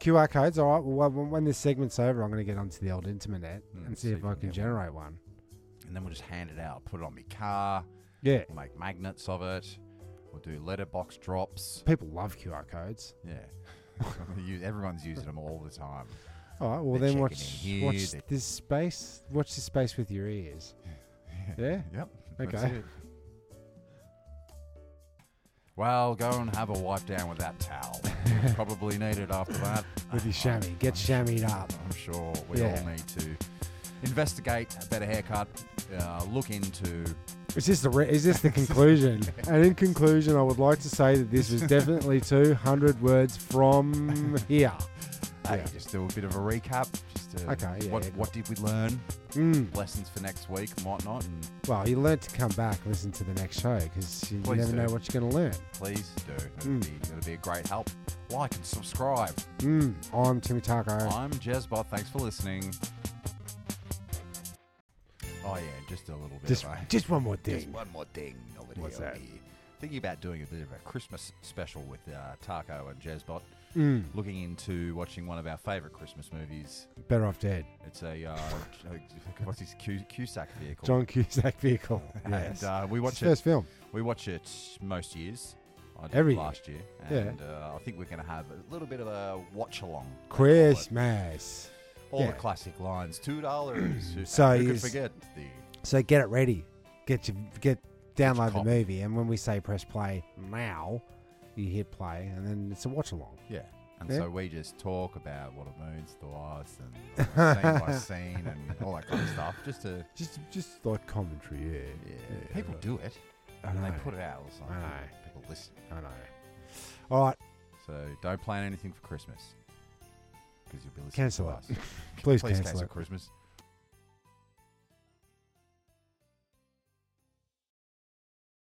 S3: QR codes. All right. Well, when, when this segment's over, I'm going to get onto the old internet
S2: Mm,
S3: and see
S2: see
S3: if I can generate one.
S2: and then we'll just hand it out, put it on my car.
S3: Yeah.
S2: We'll make magnets of it. We'll do letterbox drops.
S3: People love QR codes.
S2: Yeah. [LAUGHS] You- Everyone's using them all the
S3: [LAUGHS]
S2: time.
S3: All right. Well,
S2: They're
S3: then
S2: checking
S3: watch
S2: in here,
S3: watch
S2: they're-
S3: this space. Watch this space with
S2: [LAUGHS]
S3: your ears. Yeah.
S2: Yep. that's
S3: Okay.
S2: it. Well, go and have a wipe down with that
S3: [LAUGHS]
S2: towel. You Probably need it after that.
S3: With your chamois. Get chamoised up.
S2: I'm sure we
S3: Yeah.
S2: all need to investigate a better haircut, uh, look into.
S3: Is this the re- is this
S2: [LAUGHS]
S3: the conclusion? and in conclusion, I would like to say that this was definitely 200 words from here.
S2: Hey, just do a bit of a recap. Just to,
S3: Okay, yeah,
S2: what,
S3: yeah,
S2: what did we learn?
S3: Mm.
S2: Lessons for next week and whatnot. And
S3: Well, you learnt to come back, and listen to the next show because you, you
S2: Please
S3: never
S2: do.
S3: know what you're going to learn.
S2: please do. That'd,
S3: Mm.
S2: be, that'd be a great help. Like and subscribe.
S3: Mm. I'm Timmy Taco.
S2: I'm Jezbot. Thanks for listening. Oh yeah, just a little bit.
S3: Just-
S2: of a-
S3: just one more
S2: [LAUGHS] Just
S3: thing.
S2: one more thing. Over
S3: What's
S2: here,
S3: that?
S2: over here. Thinking about doing a bit of a Christmas special with uh, Taco and Jezbot.
S3: Mm.
S2: Looking into watching one of our favourite Christmas movies.
S3: Better off dead.
S2: It's a uh, [LAUGHS] what's his Q- Cusack vehicle.
S3: John Cusack vehicle. Yes.
S2: [LAUGHS] And uh, we
S3: It's
S2: watch
S3: his
S2: it.
S3: first film.
S2: We watch it most years. I did
S3: Every year.
S2: last year,
S3: Yeah.
S2: and uh, I think we're going to have a little bit of a watch along.
S3: Christmas.
S2: All
S3: Yeah.
S2: the classic lines. Two
S3: [CLEARS THROAT]
S2: dollars.
S3: So
S2: you could
S3: is-
S2: forget the
S3: So get it ready. Get your get download the
S2: copy.
S3: movie, and when we say press play now, you hit play, and then it's a watch along.
S2: yeah. And
S3: Yeah.
S2: so we just talk about what a moon's the last and scene
S3: [LAUGHS]
S2: by scene and all that kind of stuff. Just to
S3: Just just like commentary, yeah.
S2: yeah, people do it
S3: I
S2: and they
S3: know.
S2: put it out. It's like,
S3: I know.
S2: People listen.
S3: I know. All right,
S2: So don't plan anything for Christmas because you'll be listening
S3: cancel
S2: to us.
S3: it. [LAUGHS] Please, cancel, it.
S2: Christmas.